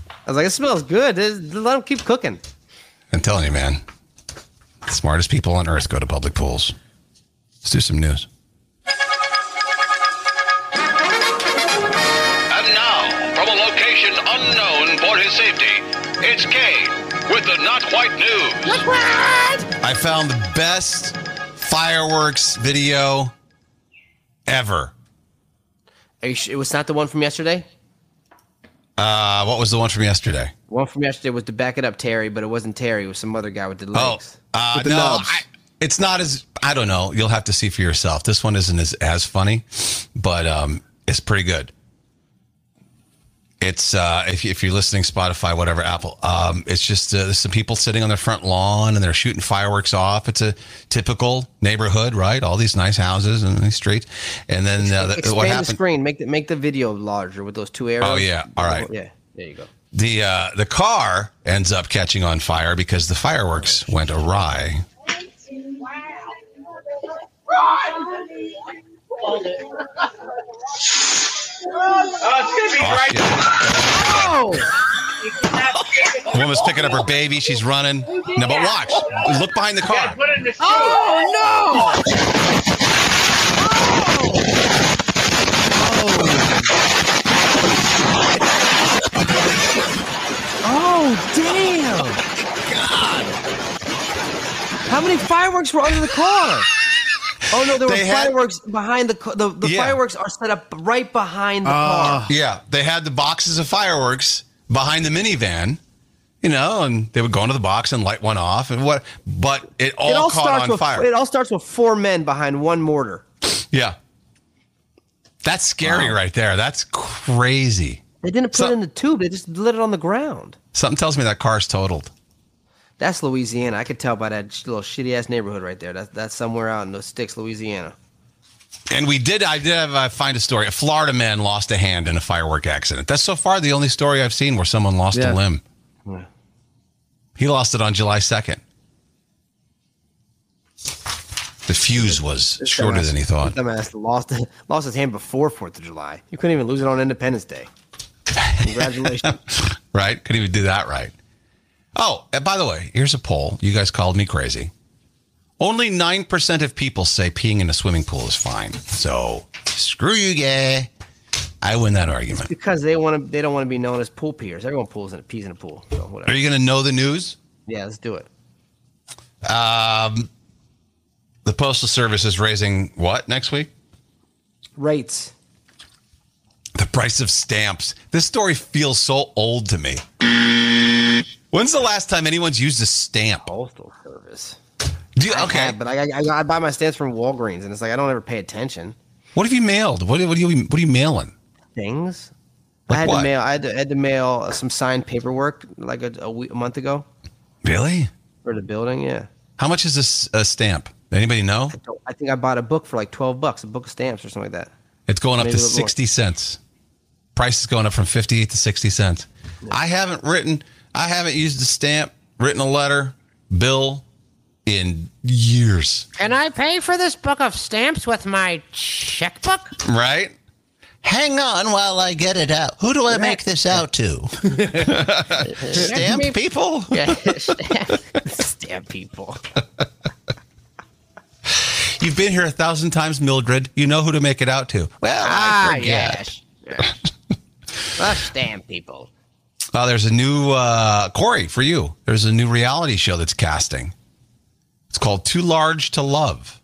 [SPEAKER 4] I was like, "It smells good. Just Let them keep cooking."
[SPEAKER 2] I'm telling you, man. The smartest people on earth go to public pools. Let's do some news.
[SPEAKER 9] And now, from a location unknown for his safety, it's Kane with the Not White News.
[SPEAKER 6] Look where I'm
[SPEAKER 2] I found the best fireworks video ever.
[SPEAKER 4] Are you sure it was not the one from yesterday.
[SPEAKER 2] Uh, what was the one from yesterday?
[SPEAKER 4] The one from yesterday was to back it up, Terry, but it wasn't Terry. It was some other guy with the legs.
[SPEAKER 2] Oh, uh,
[SPEAKER 5] With the
[SPEAKER 2] no,
[SPEAKER 5] knobs.
[SPEAKER 2] I, it's not as I don't know. You'll have to see for yourself. This one isn't as as funny, but um, it's pretty good. It's uh, if, if you're listening Spotify, whatever Apple, um, it's just uh, some people sitting on their front lawn and they're shooting fireworks off. It's a typical neighborhood, right? All these nice houses and these streets, and then uh, that-
[SPEAKER 4] Expand
[SPEAKER 2] what
[SPEAKER 4] the
[SPEAKER 2] happened?
[SPEAKER 4] screen. Make the make the video larger with those two arrows.
[SPEAKER 2] Oh, yeah. All right.
[SPEAKER 4] Yeah. There you go.
[SPEAKER 2] The uh, the car ends up catching on fire because the fireworks went awry. Off she- The woman's picking up her baby. She's running. No, but watch. Look behind the car.
[SPEAKER 3] Oh no!
[SPEAKER 4] Oh damn! God! How many fireworks were under the car? Oh no, there
[SPEAKER 2] They
[SPEAKER 4] were
[SPEAKER 2] had-
[SPEAKER 4] fireworks behind the car. The, the
[SPEAKER 2] Yeah. Uh,
[SPEAKER 4] fireworks are set up right behind the car.
[SPEAKER 2] Yeah, they had the boxes of fireworks behind the minivan, you know, and they would go into the box and light one off and what. But it all,
[SPEAKER 4] It all
[SPEAKER 2] caught
[SPEAKER 4] starts
[SPEAKER 2] on
[SPEAKER 4] with
[SPEAKER 2] fire.
[SPEAKER 4] it all starts with four men behind one mortar.
[SPEAKER 2] yeah, that's scary right there. That's crazy.
[SPEAKER 4] They didn't put
[SPEAKER 2] So-
[SPEAKER 4] it in the tube. They just lit it on the ground.
[SPEAKER 2] Something tells me that car's totaled.
[SPEAKER 4] That's Louisiana. I could tell by that sh- little shitty ass neighborhood right there. That's that's somewhere out in the sticks, Louisiana.
[SPEAKER 2] And we did. I did have, uh, find a story. A Florida man lost a hand in a firework accident. That's so far the only story I've seen where someone lost a
[SPEAKER 5] Yeah.
[SPEAKER 2] limb. He lost it on July second. The fuse was shorter than he thought.
[SPEAKER 4] Dumbass lost lost his hand before Fourth of July. You couldn't even lose it on Independence Day. Congratulations.
[SPEAKER 2] right? Couldn't even do that right. Oh, and by the way, here's a poll. You guys called me crazy. Only 9% of people say peeing in a swimming pool is fine. So screw you, gay. I win that argument.
[SPEAKER 4] because they want to they don't want to be known as pool peers. Everyone pools in a pees in a pool. So
[SPEAKER 2] Are
[SPEAKER 4] whatever.
[SPEAKER 2] you going to know the news?
[SPEAKER 4] Yeah, let's do it.
[SPEAKER 2] The Postal Service is raising what next week?
[SPEAKER 4] Rates.
[SPEAKER 2] The price of stamps. This story feels so old to me. When's the last time anyone's used a stamp?
[SPEAKER 4] Postal service.
[SPEAKER 2] Do you, okay.
[SPEAKER 4] Yeah, but I, I I buy my stamps from Walgreens and it's like I don't ever pay attention.
[SPEAKER 2] What have you mailed? What, what, are, you, what are you mailing?
[SPEAKER 4] Things.
[SPEAKER 2] Like
[SPEAKER 4] I had
[SPEAKER 2] what?
[SPEAKER 4] to mail I had to, I had to mail some signed paperwork like a, a, week, a month ago
[SPEAKER 2] Really?
[SPEAKER 4] for the building, yeah.
[SPEAKER 2] How much is this a stamp? Anybody know?
[SPEAKER 4] So I think I bought a book for like 12 bucks, a book of stamps or something like that.
[SPEAKER 2] It's going up
[SPEAKER 4] Maybe
[SPEAKER 2] to
[SPEAKER 4] a little more.
[SPEAKER 2] 60 cents. Price is going up from 58 to 60 cents. I haven't written, I haven't used a stamp, written a letter, bill in years,
[SPEAKER 3] Can I pay for this book of stamps with my checkbook?
[SPEAKER 2] right? Hang on while I get it out. Who do I make this out to? stamp people?
[SPEAKER 4] Yeah. Stamp people.
[SPEAKER 2] You've been here a thousand times, Mildred. You know who to make it out to. Well, I
[SPEAKER 3] Ah,
[SPEAKER 2] forget.
[SPEAKER 3] yes. yes. Uh, stamp people.
[SPEAKER 2] Uh, there's a new uh, Corey for you. There's a new reality show that's casting. It's called Too Large to Love.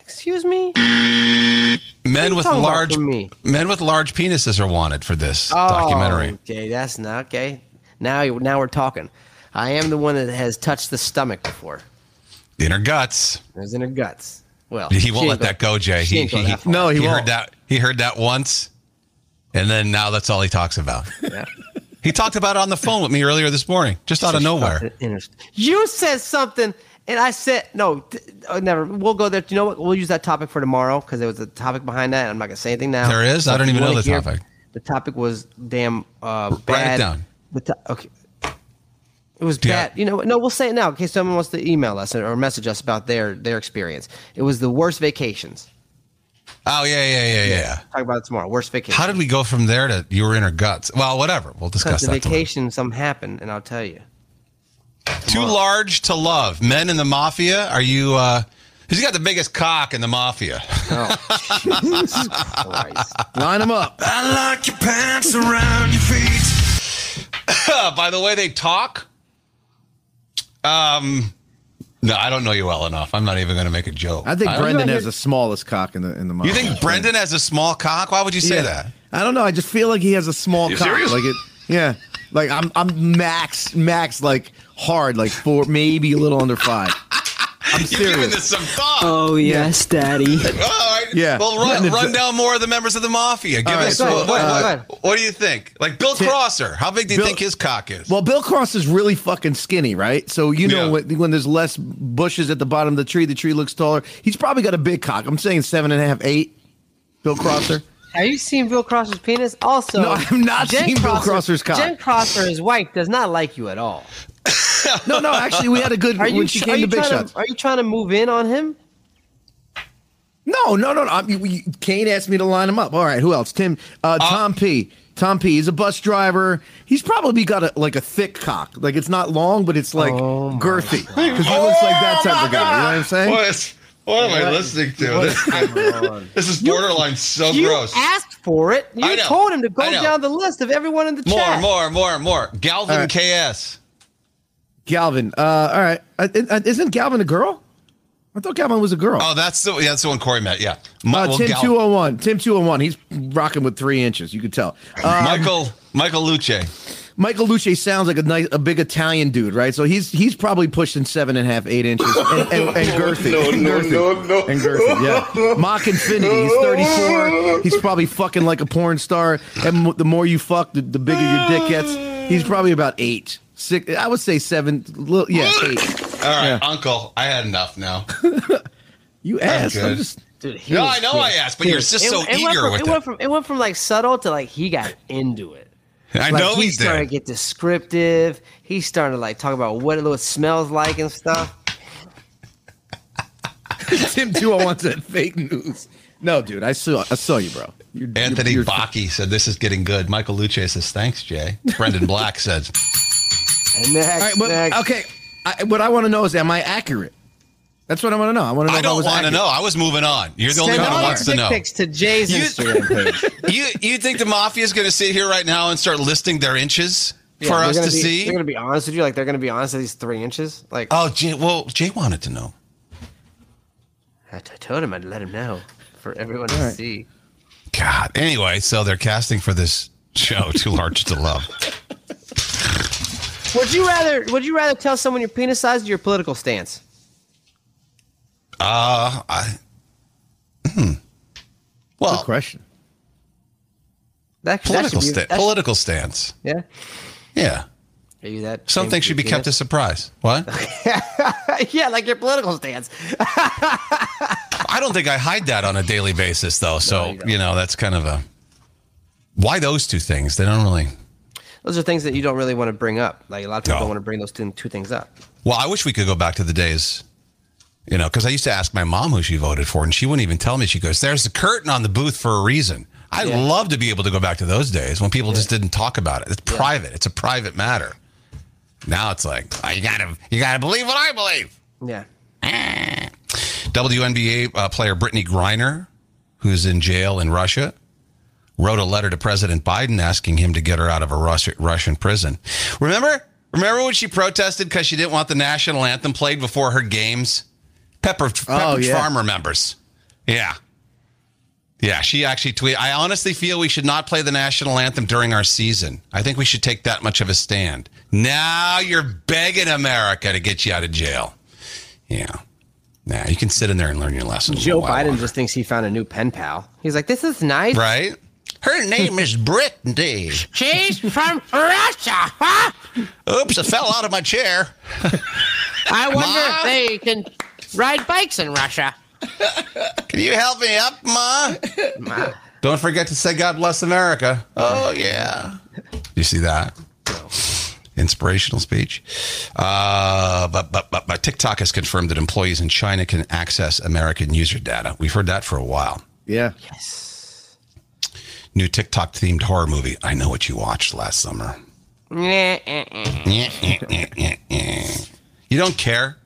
[SPEAKER 4] Excuse me?
[SPEAKER 2] Men with
[SPEAKER 4] talking about
[SPEAKER 2] large
[SPEAKER 4] for me? Oh.
[SPEAKER 2] men with large penises are wanted for this documentary.
[SPEAKER 4] Okay, that's not okay. Now you now we're talking. I am the one that has touched the stomach before.
[SPEAKER 2] Inner guts.
[SPEAKER 4] It was in her guts. Well,
[SPEAKER 2] He
[SPEAKER 4] she
[SPEAKER 2] won't let
[SPEAKER 4] ain't
[SPEAKER 2] that go, Jay.
[SPEAKER 4] she
[SPEAKER 2] He,
[SPEAKER 4] ain't going
[SPEAKER 2] he-
[SPEAKER 4] that far.
[SPEAKER 5] No, he
[SPEAKER 2] heard
[SPEAKER 5] won't.
[SPEAKER 2] that. He heard that once, and then now that's all he talks about.
[SPEAKER 4] Yeah.
[SPEAKER 2] He talked about it on the phone with me earlier this morning, just out of nowhere.
[SPEAKER 4] You said something, and I said no. Th- oh, never. We'll go there. You know what? We'll use that topic for tomorrow because there was a topic behind that. And I'm not gonna say anything now.
[SPEAKER 2] There is? I
[SPEAKER 4] But
[SPEAKER 2] don't even
[SPEAKER 4] if you
[SPEAKER 2] know
[SPEAKER 4] wanna
[SPEAKER 2] the
[SPEAKER 4] hear-
[SPEAKER 2] topic.
[SPEAKER 4] The topic was damn uh,
[SPEAKER 2] it
[SPEAKER 4] bad.
[SPEAKER 2] down.
[SPEAKER 4] The to- okay. It was
[SPEAKER 2] Yeah.
[SPEAKER 4] bad. You know, what? no, we'll say it now in case someone wants to email us or message us about their their experience. It was the worst vacations.
[SPEAKER 2] Oh yeah, yeah, yeah, yeah.
[SPEAKER 4] Talk about it tomorrow. Worst vacation.
[SPEAKER 2] How did we go from there to your inner guts? Well, whatever. We'll discuss
[SPEAKER 4] because the
[SPEAKER 2] that. tomorrow.
[SPEAKER 4] vacation something happened, and I'll tell you.
[SPEAKER 2] Too large to love. Men in the mafia. Are you? uh Who's got the biggest cock in the mafia?
[SPEAKER 4] Oh, Jesus Christ.
[SPEAKER 5] Line them up.
[SPEAKER 9] I like your pants around your feet.
[SPEAKER 2] by the way they talk. Um, no, I don't know you well enough. I'm not even going to make a joke.
[SPEAKER 5] I think
[SPEAKER 2] don't-
[SPEAKER 5] Brendan has the smallest cock in the in the mouth.
[SPEAKER 2] You think Brendan has a small cock? Why would you say
[SPEAKER 5] Yeah.
[SPEAKER 2] that?
[SPEAKER 5] I don't know. I just feel like he has a small cock.
[SPEAKER 9] serious?
[SPEAKER 5] Like it. Yeah. Like I'm I'm max max like hard like four maybe a little under five. I'm
[SPEAKER 2] You're giving
[SPEAKER 5] serious.
[SPEAKER 2] this some thought.
[SPEAKER 10] Oh yes, Daddy.
[SPEAKER 2] All right.
[SPEAKER 5] Yeah.
[SPEAKER 2] Well,
[SPEAKER 5] Not
[SPEAKER 2] run,
[SPEAKER 5] in a-
[SPEAKER 2] run down more of the members of the mafia. Give
[SPEAKER 5] right,
[SPEAKER 2] us
[SPEAKER 5] go
[SPEAKER 2] what,
[SPEAKER 5] ahead,
[SPEAKER 2] what-
[SPEAKER 4] go ahead, go
[SPEAKER 2] what-
[SPEAKER 4] ahead.
[SPEAKER 2] what do you think? Like Bill Crosser, how big do you
[SPEAKER 5] Bill-
[SPEAKER 2] think his cock is?
[SPEAKER 5] Well, Bill Cross is really fucking skinny, right? So you know
[SPEAKER 2] Yeah.
[SPEAKER 5] when, when there's less bushes at the bottom of the tree, the tree looks taller. He's probably got a big cock. I'm saying seven and a half, eight. Bill Crosser.
[SPEAKER 4] Have you seen Bill Crosser's penis? Also,
[SPEAKER 5] No, I have not seen Bill Crosser's cock.
[SPEAKER 4] Jen Crosser, his wife, does not like you at all.
[SPEAKER 5] No, no, actually, we had a good
[SPEAKER 4] Are you?
[SPEAKER 5] when she
[SPEAKER 4] tr-
[SPEAKER 5] came
[SPEAKER 4] are you
[SPEAKER 5] to Big
[SPEAKER 4] trying
[SPEAKER 5] Shots.
[SPEAKER 4] To, are you trying to move in on him?
[SPEAKER 5] No, no, no, no. I mean, we- Kane asked me to line him up. All right, who else? Tim, uh, Tom P. Tom P. He's a bus driver. He's probably got a like a thick cock. Like it's not long, but it's like girthy because he looks like that type of guy. You know what I'm saying?
[SPEAKER 2] Oh What, is- what am I listening to? This, this is borderline so
[SPEAKER 4] you
[SPEAKER 2] gross.
[SPEAKER 4] asked for it.
[SPEAKER 2] I
[SPEAKER 4] You
[SPEAKER 2] know.
[SPEAKER 4] told him to go
[SPEAKER 2] I know.
[SPEAKER 4] down the list of everyone in the
[SPEAKER 2] More,
[SPEAKER 4] chat.
[SPEAKER 2] more, more, more. Galvin
[SPEAKER 5] All right.
[SPEAKER 2] KS.
[SPEAKER 5] Galvin. Uh, all right, Uh, uh, isn't Galvin a girl? I thought Galvin was a girl.
[SPEAKER 2] Oh, that's the yeah, that's the one Corey met. Yeah, Mi-
[SPEAKER 5] Uh,
[SPEAKER 2] well,
[SPEAKER 5] Tim
[SPEAKER 2] Gal-
[SPEAKER 5] two hundred one. Tim two hundred one. He's rocking with three inches. You could tell. Uh,
[SPEAKER 2] Michael Michael Luce.
[SPEAKER 5] Michael Luce sounds like a nice, a big Italian dude, right? So he's he's probably pushing seven and a half, eight inches, and, and, and girthy.
[SPEAKER 7] No,
[SPEAKER 5] and
[SPEAKER 7] no,
[SPEAKER 5] girthy.
[SPEAKER 7] no, no.
[SPEAKER 5] And girthy, yeah. Mock Infinity. He's thirty four. He's probably fucking like a porn star, and m- the more you fuck, the, the bigger your dick gets. He's probably about eight, six. I would say seven. Little, yeah, eight.
[SPEAKER 2] All right,
[SPEAKER 5] Yeah.
[SPEAKER 2] Uncle, I had enough now.
[SPEAKER 5] You asked. I'm
[SPEAKER 2] good.
[SPEAKER 5] just.
[SPEAKER 4] Dude, he
[SPEAKER 2] No,
[SPEAKER 4] was-
[SPEAKER 2] I know I asked, but you're just
[SPEAKER 4] it,
[SPEAKER 2] so
[SPEAKER 4] it went
[SPEAKER 2] eager
[SPEAKER 4] from,
[SPEAKER 2] with
[SPEAKER 4] it
[SPEAKER 2] it.
[SPEAKER 4] went from it went from like subtle to like he got into it.
[SPEAKER 2] I
[SPEAKER 4] Like,
[SPEAKER 2] know
[SPEAKER 4] he's
[SPEAKER 2] he's
[SPEAKER 4] starting
[SPEAKER 2] there.
[SPEAKER 4] to get descriptive. He's starting to like talk about what it what it smells like and stuff.
[SPEAKER 5] Tim two hundred one said fake news. No, dude, I saw I saw you, bro. You're,
[SPEAKER 2] Anthony
[SPEAKER 5] you're-
[SPEAKER 2] Baki said, "This is getting good." Michael Luce says, "Thanks, Jay." Brendan Black says,
[SPEAKER 4] And next,
[SPEAKER 5] All right, but,
[SPEAKER 4] next.
[SPEAKER 5] okay. I, what I want to know is, am I accurate? That's what I want to know. I want to know.
[SPEAKER 2] "I
[SPEAKER 5] if
[SPEAKER 2] don't
[SPEAKER 5] was
[SPEAKER 2] want to
[SPEAKER 5] accurate.
[SPEAKER 2] know. I was moving on. You're the only
[SPEAKER 4] Send
[SPEAKER 2] one who
[SPEAKER 4] all your
[SPEAKER 2] wants to
[SPEAKER 4] dick
[SPEAKER 2] know."
[SPEAKER 4] pics to Jay's
[SPEAKER 2] You-
[SPEAKER 4] Instagram page.
[SPEAKER 2] You you think the mafia is going to sit here right now and start listing their inches
[SPEAKER 4] Yeah,
[SPEAKER 2] for
[SPEAKER 4] they're
[SPEAKER 2] us to
[SPEAKER 4] gonna be-
[SPEAKER 2] see?
[SPEAKER 4] They're gonna be honest with you, like they're gonna be honest with these three inches. Like
[SPEAKER 2] Oh, Jay, well, Jay wanted to know.
[SPEAKER 4] I, I told him, I'd let him know for everyone to see.
[SPEAKER 2] God. Anyway, so they're casting for this show, Too Large to Love.
[SPEAKER 4] Would you rather? Would you rather tell someone your penis size or your political stance?
[SPEAKER 2] Uh, I. hmm.
[SPEAKER 5] Good
[SPEAKER 2] Well,
[SPEAKER 5] question.
[SPEAKER 4] That, that
[SPEAKER 2] political
[SPEAKER 4] should be-
[SPEAKER 2] sta-
[SPEAKER 4] that should-
[SPEAKER 2] political stance.
[SPEAKER 4] Yeah.
[SPEAKER 2] Yeah,
[SPEAKER 4] Maybe that
[SPEAKER 2] something
[SPEAKER 4] changes
[SPEAKER 2] should be
[SPEAKER 4] your
[SPEAKER 2] kept a
[SPEAKER 4] penis.
[SPEAKER 2] surprise. What?
[SPEAKER 4] yeah, like your political stance.
[SPEAKER 2] I don't think I hide that on a daily basis, though. So you, know, that's kind of a why those two things. They don't really.
[SPEAKER 4] Those are things that you don't really want to bring up. Like a lot of people
[SPEAKER 2] No.
[SPEAKER 4] don't want to bring those two, two things up.
[SPEAKER 2] Well, I wish we could go back to the days, you know, because I used to ask my mom who she voted for, and she wouldn't even tell me. She goes, "There's the curtain on the booth for a reason." I'd love to be able to go back to those days when people just didn't talk about it. It's private. It's a private matter. Now it's like "Oh, you gotta you gotta believe what I believe.
[SPEAKER 4] Yeah.
[SPEAKER 2] Oh, WNBA uh, player Brittany Griner, who's in jail in Russia, wrote a letter to President Biden asking him to get her out of a Russia, Russian prison. Remember? Remember when she protested because she didn't want the national anthem played before her games? Pepper, Pepper
[SPEAKER 5] Oh, yeah.
[SPEAKER 2] Farm remembers. Yeah. Yeah, she actually tweeted. I honestly feel we should not play the national anthem during our season. I think we should take that much of a stand. Now you're begging America to get you out of jail. Yeah. Nah, you can sit in there and learn your lesson. a
[SPEAKER 4] Joe
[SPEAKER 2] little while
[SPEAKER 4] Biden
[SPEAKER 2] longer.
[SPEAKER 4] just thinks he found a new pen pal. He's like, this is nice.
[SPEAKER 2] Right? Her name is Brittany.
[SPEAKER 3] She's from Russia, huh?
[SPEAKER 2] Oops, I fell out of my chair.
[SPEAKER 3] I wonder
[SPEAKER 2] Mom?
[SPEAKER 3] if they can ride bikes in Russia.
[SPEAKER 2] Can you help me up, Ma? Don't forget to say God bless America. Oh, yeah. You see that? Inspirational speech. Uh, but, but, but, but TikTok has confirmed that employees in China can access American user data. We've heard that for a while.
[SPEAKER 5] Yeah.
[SPEAKER 2] New TikTok themed horror movie. I know what you watched last summer.
[SPEAKER 4] eh.
[SPEAKER 2] you don't care?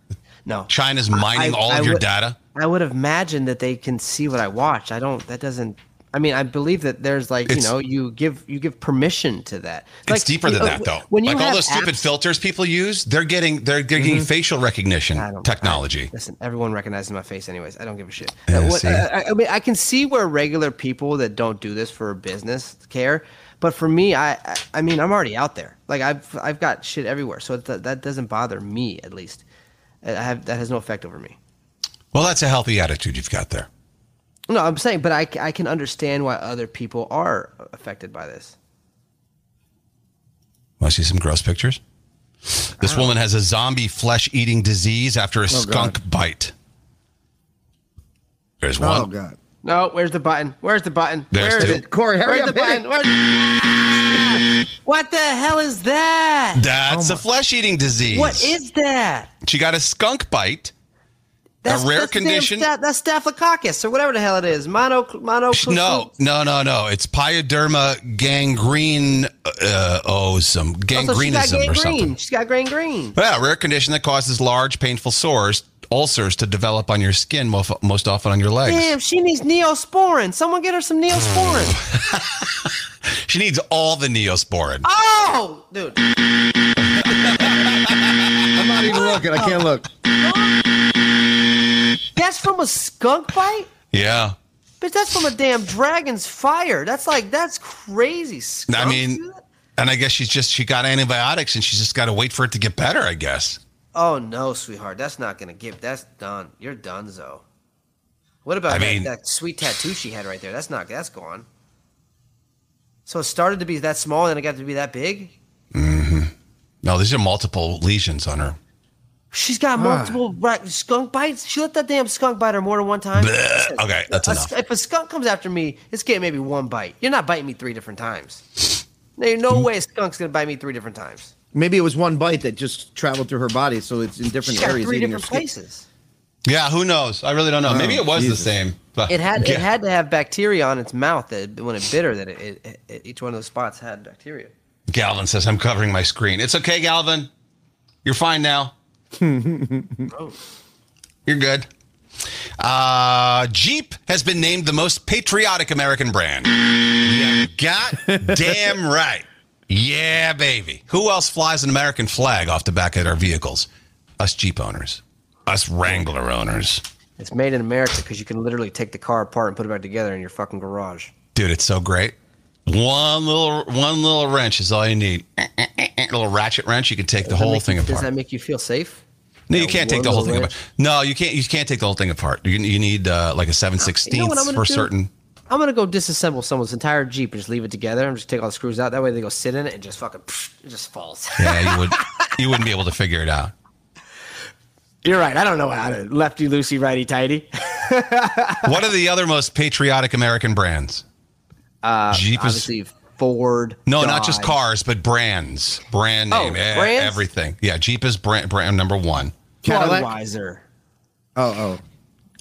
[SPEAKER 4] No.
[SPEAKER 2] China's mining
[SPEAKER 4] I-
[SPEAKER 2] all
[SPEAKER 4] I
[SPEAKER 2] of your
[SPEAKER 4] would-
[SPEAKER 2] data?
[SPEAKER 4] I would have imagined that they can see what I watch. I don't. That doesn't. I mean, I believe that there's like
[SPEAKER 2] It's-
[SPEAKER 4] you know you give you give permission to that.
[SPEAKER 2] it's deeper than that, though.
[SPEAKER 4] uh, When you
[SPEAKER 2] like all
[SPEAKER 4] have
[SPEAKER 2] those stupid
[SPEAKER 4] apps- Mm-hmm.
[SPEAKER 2] filters people use, they're getting they're, they're getting facial recognition
[SPEAKER 4] I don't-
[SPEAKER 2] technology.
[SPEAKER 4] Listen, everyone recognizes my face, anyways. I don't give a shit.
[SPEAKER 2] Yeah,
[SPEAKER 4] Uh, what-
[SPEAKER 2] see?
[SPEAKER 4] I, I- I mean, I can see where regular people that don't do this for business care, but for me, I, I, I mean, I'm already out there. Like I've, I've got shit everywhere, so that, that doesn't bother me at least. I have that has no effect over me.
[SPEAKER 2] Well, that's a healthy attitude you've got there.
[SPEAKER 4] No, I'm saying, but I, c- I can understand why other people are affected by this.
[SPEAKER 2] Want to see some gross pictures?
[SPEAKER 4] Oh.
[SPEAKER 2] This woman has a zombie flesh eating disease after a skunk bite. There's one.
[SPEAKER 5] Oh God.
[SPEAKER 4] No, where's the button? Where's the button?
[SPEAKER 2] There's
[SPEAKER 4] Where is
[SPEAKER 2] two.
[SPEAKER 4] it?
[SPEAKER 5] Corey, hurry
[SPEAKER 4] Where's
[SPEAKER 5] up,
[SPEAKER 4] the
[SPEAKER 5] hit
[SPEAKER 4] button? Where's... what the hell is that?
[SPEAKER 2] That's a flesh eating disease.
[SPEAKER 4] Oh, What is that?
[SPEAKER 2] She got a skunk bite. a rare
[SPEAKER 4] the damn
[SPEAKER 2] condition.
[SPEAKER 4] sta- that's staphylococcus or whatever the hell it is. Mono, mono.
[SPEAKER 2] No, no, no, no. It's pyoderma gangrene. Uh, oh, some
[SPEAKER 4] Also, she got
[SPEAKER 2] gangrenism or
[SPEAKER 4] gangrene.
[SPEAKER 2] something.
[SPEAKER 4] She's got gangrene.
[SPEAKER 2] Yeah, a rare condition that causes large, painful sores, ulcers to develop on your skin, mo- most often on your legs.
[SPEAKER 4] Damn, she needs neosporin. Someone get her some neosporin.
[SPEAKER 2] She needs all the neosporin.
[SPEAKER 4] oh, dude.
[SPEAKER 5] I'm not even looking. I can't look.
[SPEAKER 4] That's from a skunk bite?
[SPEAKER 2] Yeah.
[SPEAKER 4] Bitch, that's from a damn dragon's fire. That's like, that's crazy. Skunks
[SPEAKER 2] I mean,
[SPEAKER 4] do that?
[SPEAKER 2] and I guess she's just, she got antibiotics and she's just got to wait for it to get better, I guess.
[SPEAKER 4] oh no, sweetheart, that's not gonna give. That's done. You're done, Zo. What about
[SPEAKER 2] I
[SPEAKER 4] that,
[SPEAKER 2] mean-
[SPEAKER 4] that sweet tattoo she had right there? That's not. That's gone. So it started to be that small, and it got to be that big.
[SPEAKER 2] No, these are multiple lesions on her.
[SPEAKER 4] She's got
[SPEAKER 2] Ah.
[SPEAKER 4] multiple ra- skunk bites. She let that damn skunk bite her more than one time.
[SPEAKER 2] Bleh. Okay, that's
[SPEAKER 4] A
[SPEAKER 2] enough.
[SPEAKER 4] sk- If a skunk comes after me, it's getting maybe one bite. You're not biting me three different times. There's no way a skunk's gonna bite me three different times.
[SPEAKER 5] Maybe it was one bite that just traveled through her body, so it's in
[SPEAKER 4] She's
[SPEAKER 5] different
[SPEAKER 4] got
[SPEAKER 5] areas.
[SPEAKER 4] three
[SPEAKER 5] eating her
[SPEAKER 4] different
[SPEAKER 5] skin.
[SPEAKER 4] places.
[SPEAKER 2] Yeah, who knows? I really don't know. Maybe it was
[SPEAKER 5] Jesus.
[SPEAKER 2] the same. But
[SPEAKER 4] It had
[SPEAKER 2] Yeah.
[SPEAKER 4] it had to have bacteria on its mouth that when it bit her that it, it, it each one of those spots had bacteria.
[SPEAKER 2] Galvin says, I'm covering my screen. It's okay, Galvin. You're fine now. You're good. Uh, Jeep has been named the most patriotic American brand. You got damn right. Yeah, baby. Who else flies an American flag off the back of their vehicles? Us Jeep owners, us Wrangler owners.
[SPEAKER 4] It's made in America because you can literally take the car apart and put it back together in your fucking garage.
[SPEAKER 2] Dude, it's so great. One little one little wrench is all you need. little ratchet wrench, you can take the
[SPEAKER 4] Does that
[SPEAKER 2] whole
[SPEAKER 4] make
[SPEAKER 2] thing
[SPEAKER 4] you,
[SPEAKER 2] apart.
[SPEAKER 4] Does that make you feel safe?
[SPEAKER 2] No, you
[SPEAKER 4] That
[SPEAKER 2] can't take
[SPEAKER 4] one
[SPEAKER 2] the whole
[SPEAKER 4] little
[SPEAKER 2] thing
[SPEAKER 4] wrench.
[SPEAKER 2] apart. No, you can't. You can't take the whole thing apart. You, you need uh, like a seven
[SPEAKER 4] You know
[SPEAKER 2] sixteenth
[SPEAKER 4] what I'm gonna
[SPEAKER 2] for
[SPEAKER 4] do?
[SPEAKER 2] certain.
[SPEAKER 4] I'm gonna go disassemble someone's entire Jeep and just leave it together and just take all the screws out. That way they go sit in it and just fucking it just falls.
[SPEAKER 2] Yeah, you would. you wouldn't be able to figure it out.
[SPEAKER 4] You're right. I don't know how to lefty loosey righty tighty.
[SPEAKER 2] What are the other most patriotic American brands? Uh, Jeep is
[SPEAKER 4] Obviously Ford.
[SPEAKER 2] no, not just
[SPEAKER 4] Dodge.
[SPEAKER 2] cars, but brands, brand
[SPEAKER 4] Oh,
[SPEAKER 2] name, e-
[SPEAKER 4] brands?
[SPEAKER 2] everything. Yeah, Jeep is brand brand number one.
[SPEAKER 5] Cadillac?
[SPEAKER 4] Budweiser.
[SPEAKER 5] Oh, oh,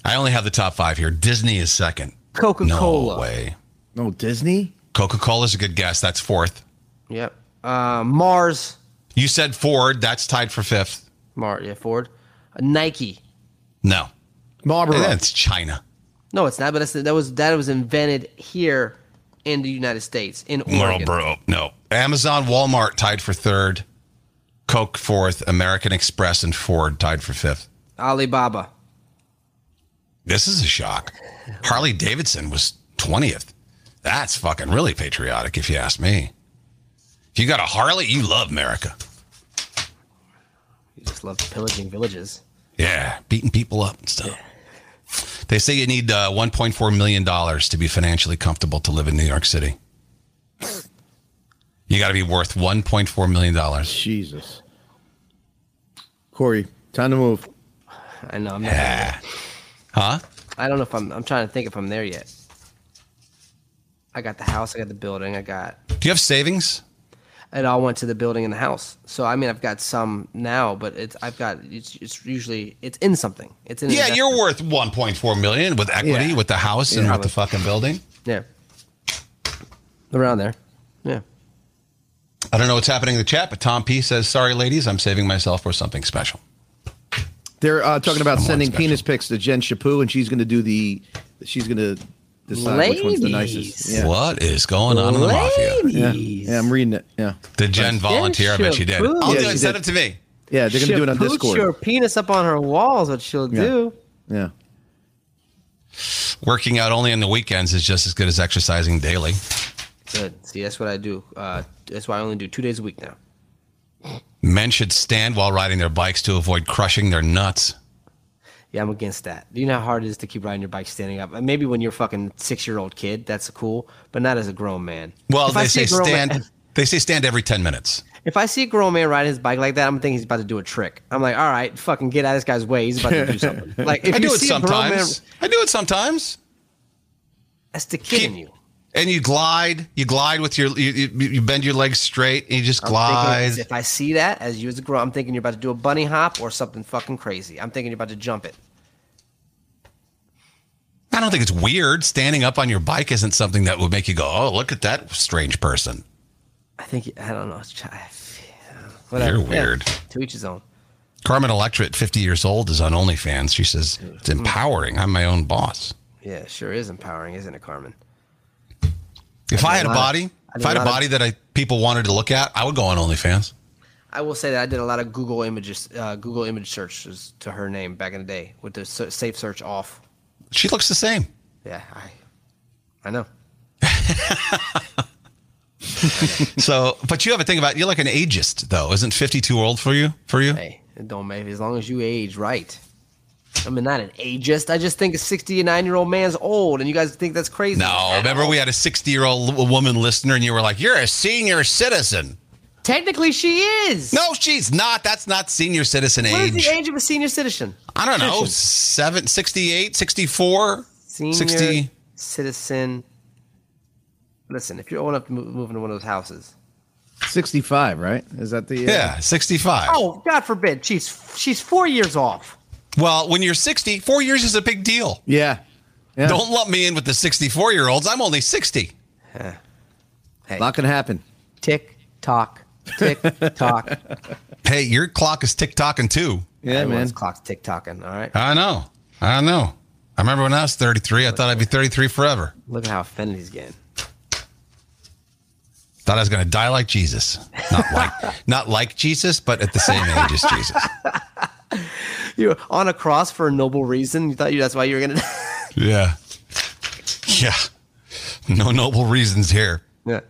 [SPEAKER 2] I only have the top five here. Disney is second.
[SPEAKER 4] Coca-Cola.
[SPEAKER 2] No way.
[SPEAKER 5] no Disney.
[SPEAKER 2] Coca Cola is a good guess. That's fourth.
[SPEAKER 4] Yep. Uh, Mars.
[SPEAKER 2] You said Ford. That's tied for fifth.
[SPEAKER 4] Mar yeah, Ford. Nike.
[SPEAKER 2] No,
[SPEAKER 5] Marlboro.
[SPEAKER 2] that's China.
[SPEAKER 4] No, it's not. But that's, that was that was invented here in the United States in Oregon.
[SPEAKER 2] Marlboro. No. Amazon, Walmart tied for third. Coke fourth. American Express and Ford tied for fifth.
[SPEAKER 4] Alibaba.
[SPEAKER 2] This is a shock. Harley Davidson was 20th. That's fucking really patriotic, if you ask me. If you got a Harley, you love America.
[SPEAKER 4] You just love pillaging villages.
[SPEAKER 2] Yeah, beating people up and stuff. They say you need uh, $1.4 million to be financially comfortable to live in New York City. You got to be worth $1.4 million.
[SPEAKER 5] Jesus. Corey, time to move.
[SPEAKER 4] I know. I'm not.
[SPEAKER 2] Yeah. Huh?
[SPEAKER 4] I don't know if I'm. I'm trying to think if I'm there yet. I got the house. I got the building. I got
[SPEAKER 2] Do you have savings?
[SPEAKER 4] it all went to the building and the house. So I mean, I've got some now, but it's I've got it's, it's usually it's in something. It's in an
[SPEAKER 2] Yeah,
[SPEAKER 4] investment.
[SPEAKER 2] you're worth 1.4 million with equity,
[SPEAKER 4] Yeah.
[SPEAKER 2] with the house, and
[SPEAKER 4] Yeah.
[SPEAKER 2] with the fucking building.
[SPEAKER 4] Yeah. Around there. Yeah.
[SPEAKER 2] I don't know what's happening in the chat, but Tom P says, "Sorry, ladies, I'm saving myself for something special."
[SPEAKER 5] They're uh, talking about
[SPEAKER 2] Someone
[SPEAKER 5] sending
[SPEAKER 2] special.
[SPEAKER 5] penis pics to Jen Chaput, and she's going to do the. She's going to decide which one's the nicest.
[SPEAKER 4] Ladies.
[SPEAKER 5] Yeah.
[SPEAKER 2] What is going on in the mafia?
[SPEAKER 5] Yeah. yeah, I'm reading it. Yeah,
[SPEAKER 2] Did Jen volunteer? I bet she did.
[SPEAKER 4] Sure.
[SPEAKER 2] I'll
[SPEAKER 5] Yeah,
[SPEAKER 2] do
[SPEAKER 5] she
[SPEAKER 2] it. Send
[SPEAKER 5] did.
[SPEAKER 2] it to me.
[SPEAKER 5] yeah, they're going to
[SPEAKER 4] She'll
[SPEAKER 5] do it on
[SPEAKER 4] put
[SPEAKER 5] Discord.
[SPEAKER 4] your penis up on her walls, what she'll
[SPEAKER 5] Yeah.
[SPEAKER 4] do.
[SPEAKER 5] Yeah,
[SPEAKER 2] Working out only on the weekends is just as good as exercising daily.
[SPEAKER 4] Good. See, that's what I do. Uh, that's why I only do two days a week now.
[SPEAKER 2] Men should stand while riding their bikes to avoid crushing their nuts.
[SPEAKER 4] Yeah, I'm against that. Do you know how hard it is to keep riding your bike standing up? And Maybe when you're a fucking six year old kid, that's cool, but not as a grown man.
[SPEAKER 2] Well,
[SPEAKER 4] If I
[SPEAKER 2] they
[SPEAKER 4] see
[SPEAKER 2] say
[SPEAKER 4] a grown
[SPEAKER 2] stand.
[SPEAKER 4] man-
[SPEAKER 2] They say stand every ten minutes.
[SPEAKER 4] If I see a grown man riding his bike like that, I'm thinking he's about to do a trick. I'm like, all right, fucking get out of this guy's way. He's about to do something. Like, if
[SPEAKER 2] I
[SPEAKER 4] you
[SPEAKER 2] do it
[SPEAKER 4] see a grown man-
[SPEAKER 2] sometimes. I do it sometimes.
[SPEAKER 4] that's the kid in
[SPEAKER 2] Keep-
[SPEAKER 4] you.
[SPEAKER 2] And you glide. You glide with your. You, you, you bend your legs straight and you just
[SPEAKER 4] I'm thinking
[SPEAKER 2] glide.
[SPEAKER 4] If I see that as you as a grown, I'm thinking you're about to do a bunny hop or something fucking crazy. I'm thinking you're about to jump it.
[SPEAKER 2] I don't think it's weird. Standing up on your bike isn't something that would make you go, "Oh, look at that strange person."
[SPEAKER 4] I think I don't know. It's chi-
[SPEAKER 2] You're
[SPEAKER 4] Whatever. Yeah,
[SPEAKER 2] weird.
[SPEAKER 4] to each his own.
[SPEAKER 2] Carmen Electra at 50 years old is on OnlyFans. She says it's
[SPEAKER 4] Mm-hmm.
[SPEAKER 2] empowering. I'm my own boss.
[SPEAKER 4] Yeah, it sure is empowering, isn't it, Carmen?
[SPEAKER 2] If I had a
[SPEAKER 4] lot of-
[SPEAKER 2] body,
[SPEAKER 4] I did
[SPEAKER 2] if I
[SPEAKER 4] a
[SPEAKER 2] had a
[SPEAKER 4] lot of-
[SPEAKER 2] body that I people wanted to look at, I would go on OnlyFans.
[SPEAKER 4] I will say that I did a lot of Google images, uh, Google image searches to her name back in the day with the se- safe search off.
[SPEAKER 2] She looks the same.
[SPEAKER 4] Yeah, I, I know.
[SPEAKER 2] So, but you have a thing about you're like an ageist though. Isn't 50 too old for you? For you?
[SPEAKER 4] Hey, it don't matter as long as you age right. I mean, not an ageist. I just think a 69 year old man's old, and you guys think that's crazy.
[SPEAKER 2] No. Remember we had a 60 year old woman listener, and you were like, "You're a senior citizen."
[SPEAKER 4] Technically, she is.
[SPEAKER 2] No, she's not. That's not senior citizen
[SPEAKER 4] What is
[SPEAKER 2] age.
[SPEAKER 4] the age of a senior citizen?
[SPEAKER 2] I don't know. Seven, 68, 64,
[SPEAKER 4] Senior
[SPEAKER 2] 60.
[SPEAKER 4] citizen. Listen, if you're old enough to move, move into one of those houses.
[SPEAKER 5] 65, right? Is that the. Uh,
[SPEAKER 2] Yeah, 65.
[SPEAKER 4] Oh, God forbid. She's she's four years off.
[SPEAKER 2] Well, when you're 60, four years is a big deal.
[SPEAKER 5] Yeah. yeah.
[SPEAKER 2] Don't lump me in with the 64 year olds. I'm only 60.
[SPEAKER 5] A lot can happen.
[SPEAKER 4] Tick tock, tick tock.
[SPEAKER 2] Hey, your clock is tick tocking too.
[SPEAKER 5] Yeah, man.
[SPEAKER 4] Everyone's clock's tick tocking. All right.
[SPEAKER 2] I know. I know. I remember when I was 33, I thought I'd be 33 forever.
[SPEAKER 4] Look at how offended he's getting.
[SPEAKER 2] Thought I was going to die like Jesus. Not like not like Jesus, but at the same age as Jesus.
[SPEAKER 4] You're on a cross for a noble reason. You thought you that's why you were gonna.
[SPEAKER 2] Yeah. Yeah. No noble reasons here.
[SPEAKER 4] yeah.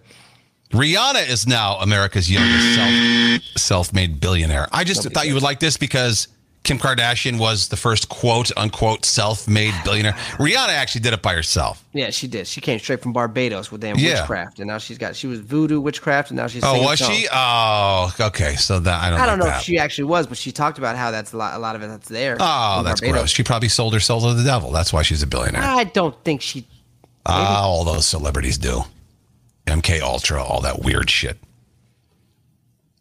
[SPEAKER 2] Rihanna is now America's youngest self self-made billionaire. I just thought you would like this because Kim Kardashian was the first quote unquote self-made billionaire. Rihanna actually did it by herself.
[SPEAKER 4] yeah, she did. She came straight from Barbados with damn
[SPEAKER 2] Yeah.
[SPEAKER 4] witchcraft, and now she's got. She was voodoo witchcraft, and now she's.
[SPEAKER 2] Oh,
[SPEAKER 4] singing
[SPEAKER 2] was
[SPEAKER 4] songs.
[SPEAKER 2] she? Oh, okay. So that I don't.
[SPEAKER 4] I don't know
[SPEAKER 2] like
[SPEAKER 4] if
[SPEAKER 2] that.
[SPEAKER 4] she actually was, but she talked about how that's a lot. A lot of it that's there.
[SPEAKER 2] Oh,
[SPEAKER 4] from
[SPEAKER 2] that's
[SPEAKER 4] Barbados.
[SPEAKER 2] gross. She probably sold her soul to the devil. That's why she's a billionaire.
[SPEAKER 4] I don't think she.
[SPEAKER 2] Ah, all those celebrities do. MK Ultra, all that weird shit.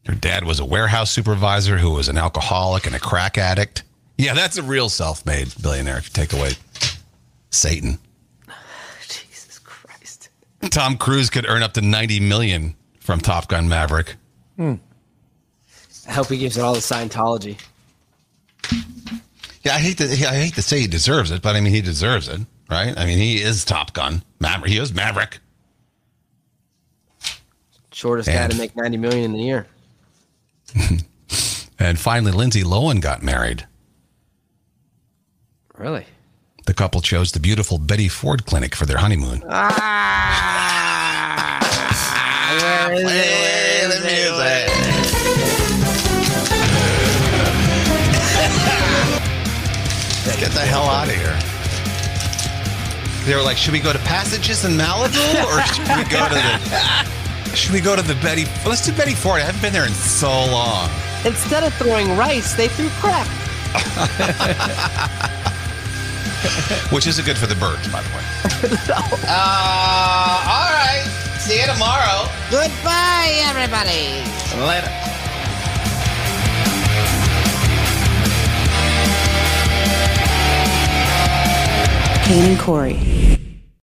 [SPEAKER 2] Her dad was a warehouse supervisor who was an alcoholic and a crack addict. Yeah, that's a real self-made billionaire. If you take away Satan,
[SPEAKER 4] Jesus Christ.
[SPEAKER 2] Tom Cruise could earn up to ninety million from Top Gun Maverick.
[SPEAKER 4] I hope he gives it all the Scientology.
[SPEAKER 2] Yeah, I hate to I hate to say he deserves it, but I mean he deserves it, right? I mean he is Top Gun Maverick. He is Maverick.
[SPEAKER 4] Shortest guy
[SPEAKER 2] And-
[SPEAKER 4] to make ninety million in a year.
[SPEAKER 2] And finally, Lindsay Lohan got married.
[SPEAKER 4] Really?
[SPEAKER 2] The couple chose the beautiful Betty Ford Clinic for their honeymoon. Get the hell out of here. They were like, should we go to Passages in Malibu or should we go to the Should we go to the Betty Let's do Betty Ford. I haven't been there in so long.
[SPEAKER 4] Instead of throwing rice, they threw crap.
[SPEAKER 2] Which isn't good for the birds, by the way. uh, all right. See you tomorrow.
[SPEAKER 3] Goodbye, everybody.
[SPEAKER 2] Later.
[SPEAKER 1] Kane and Corey.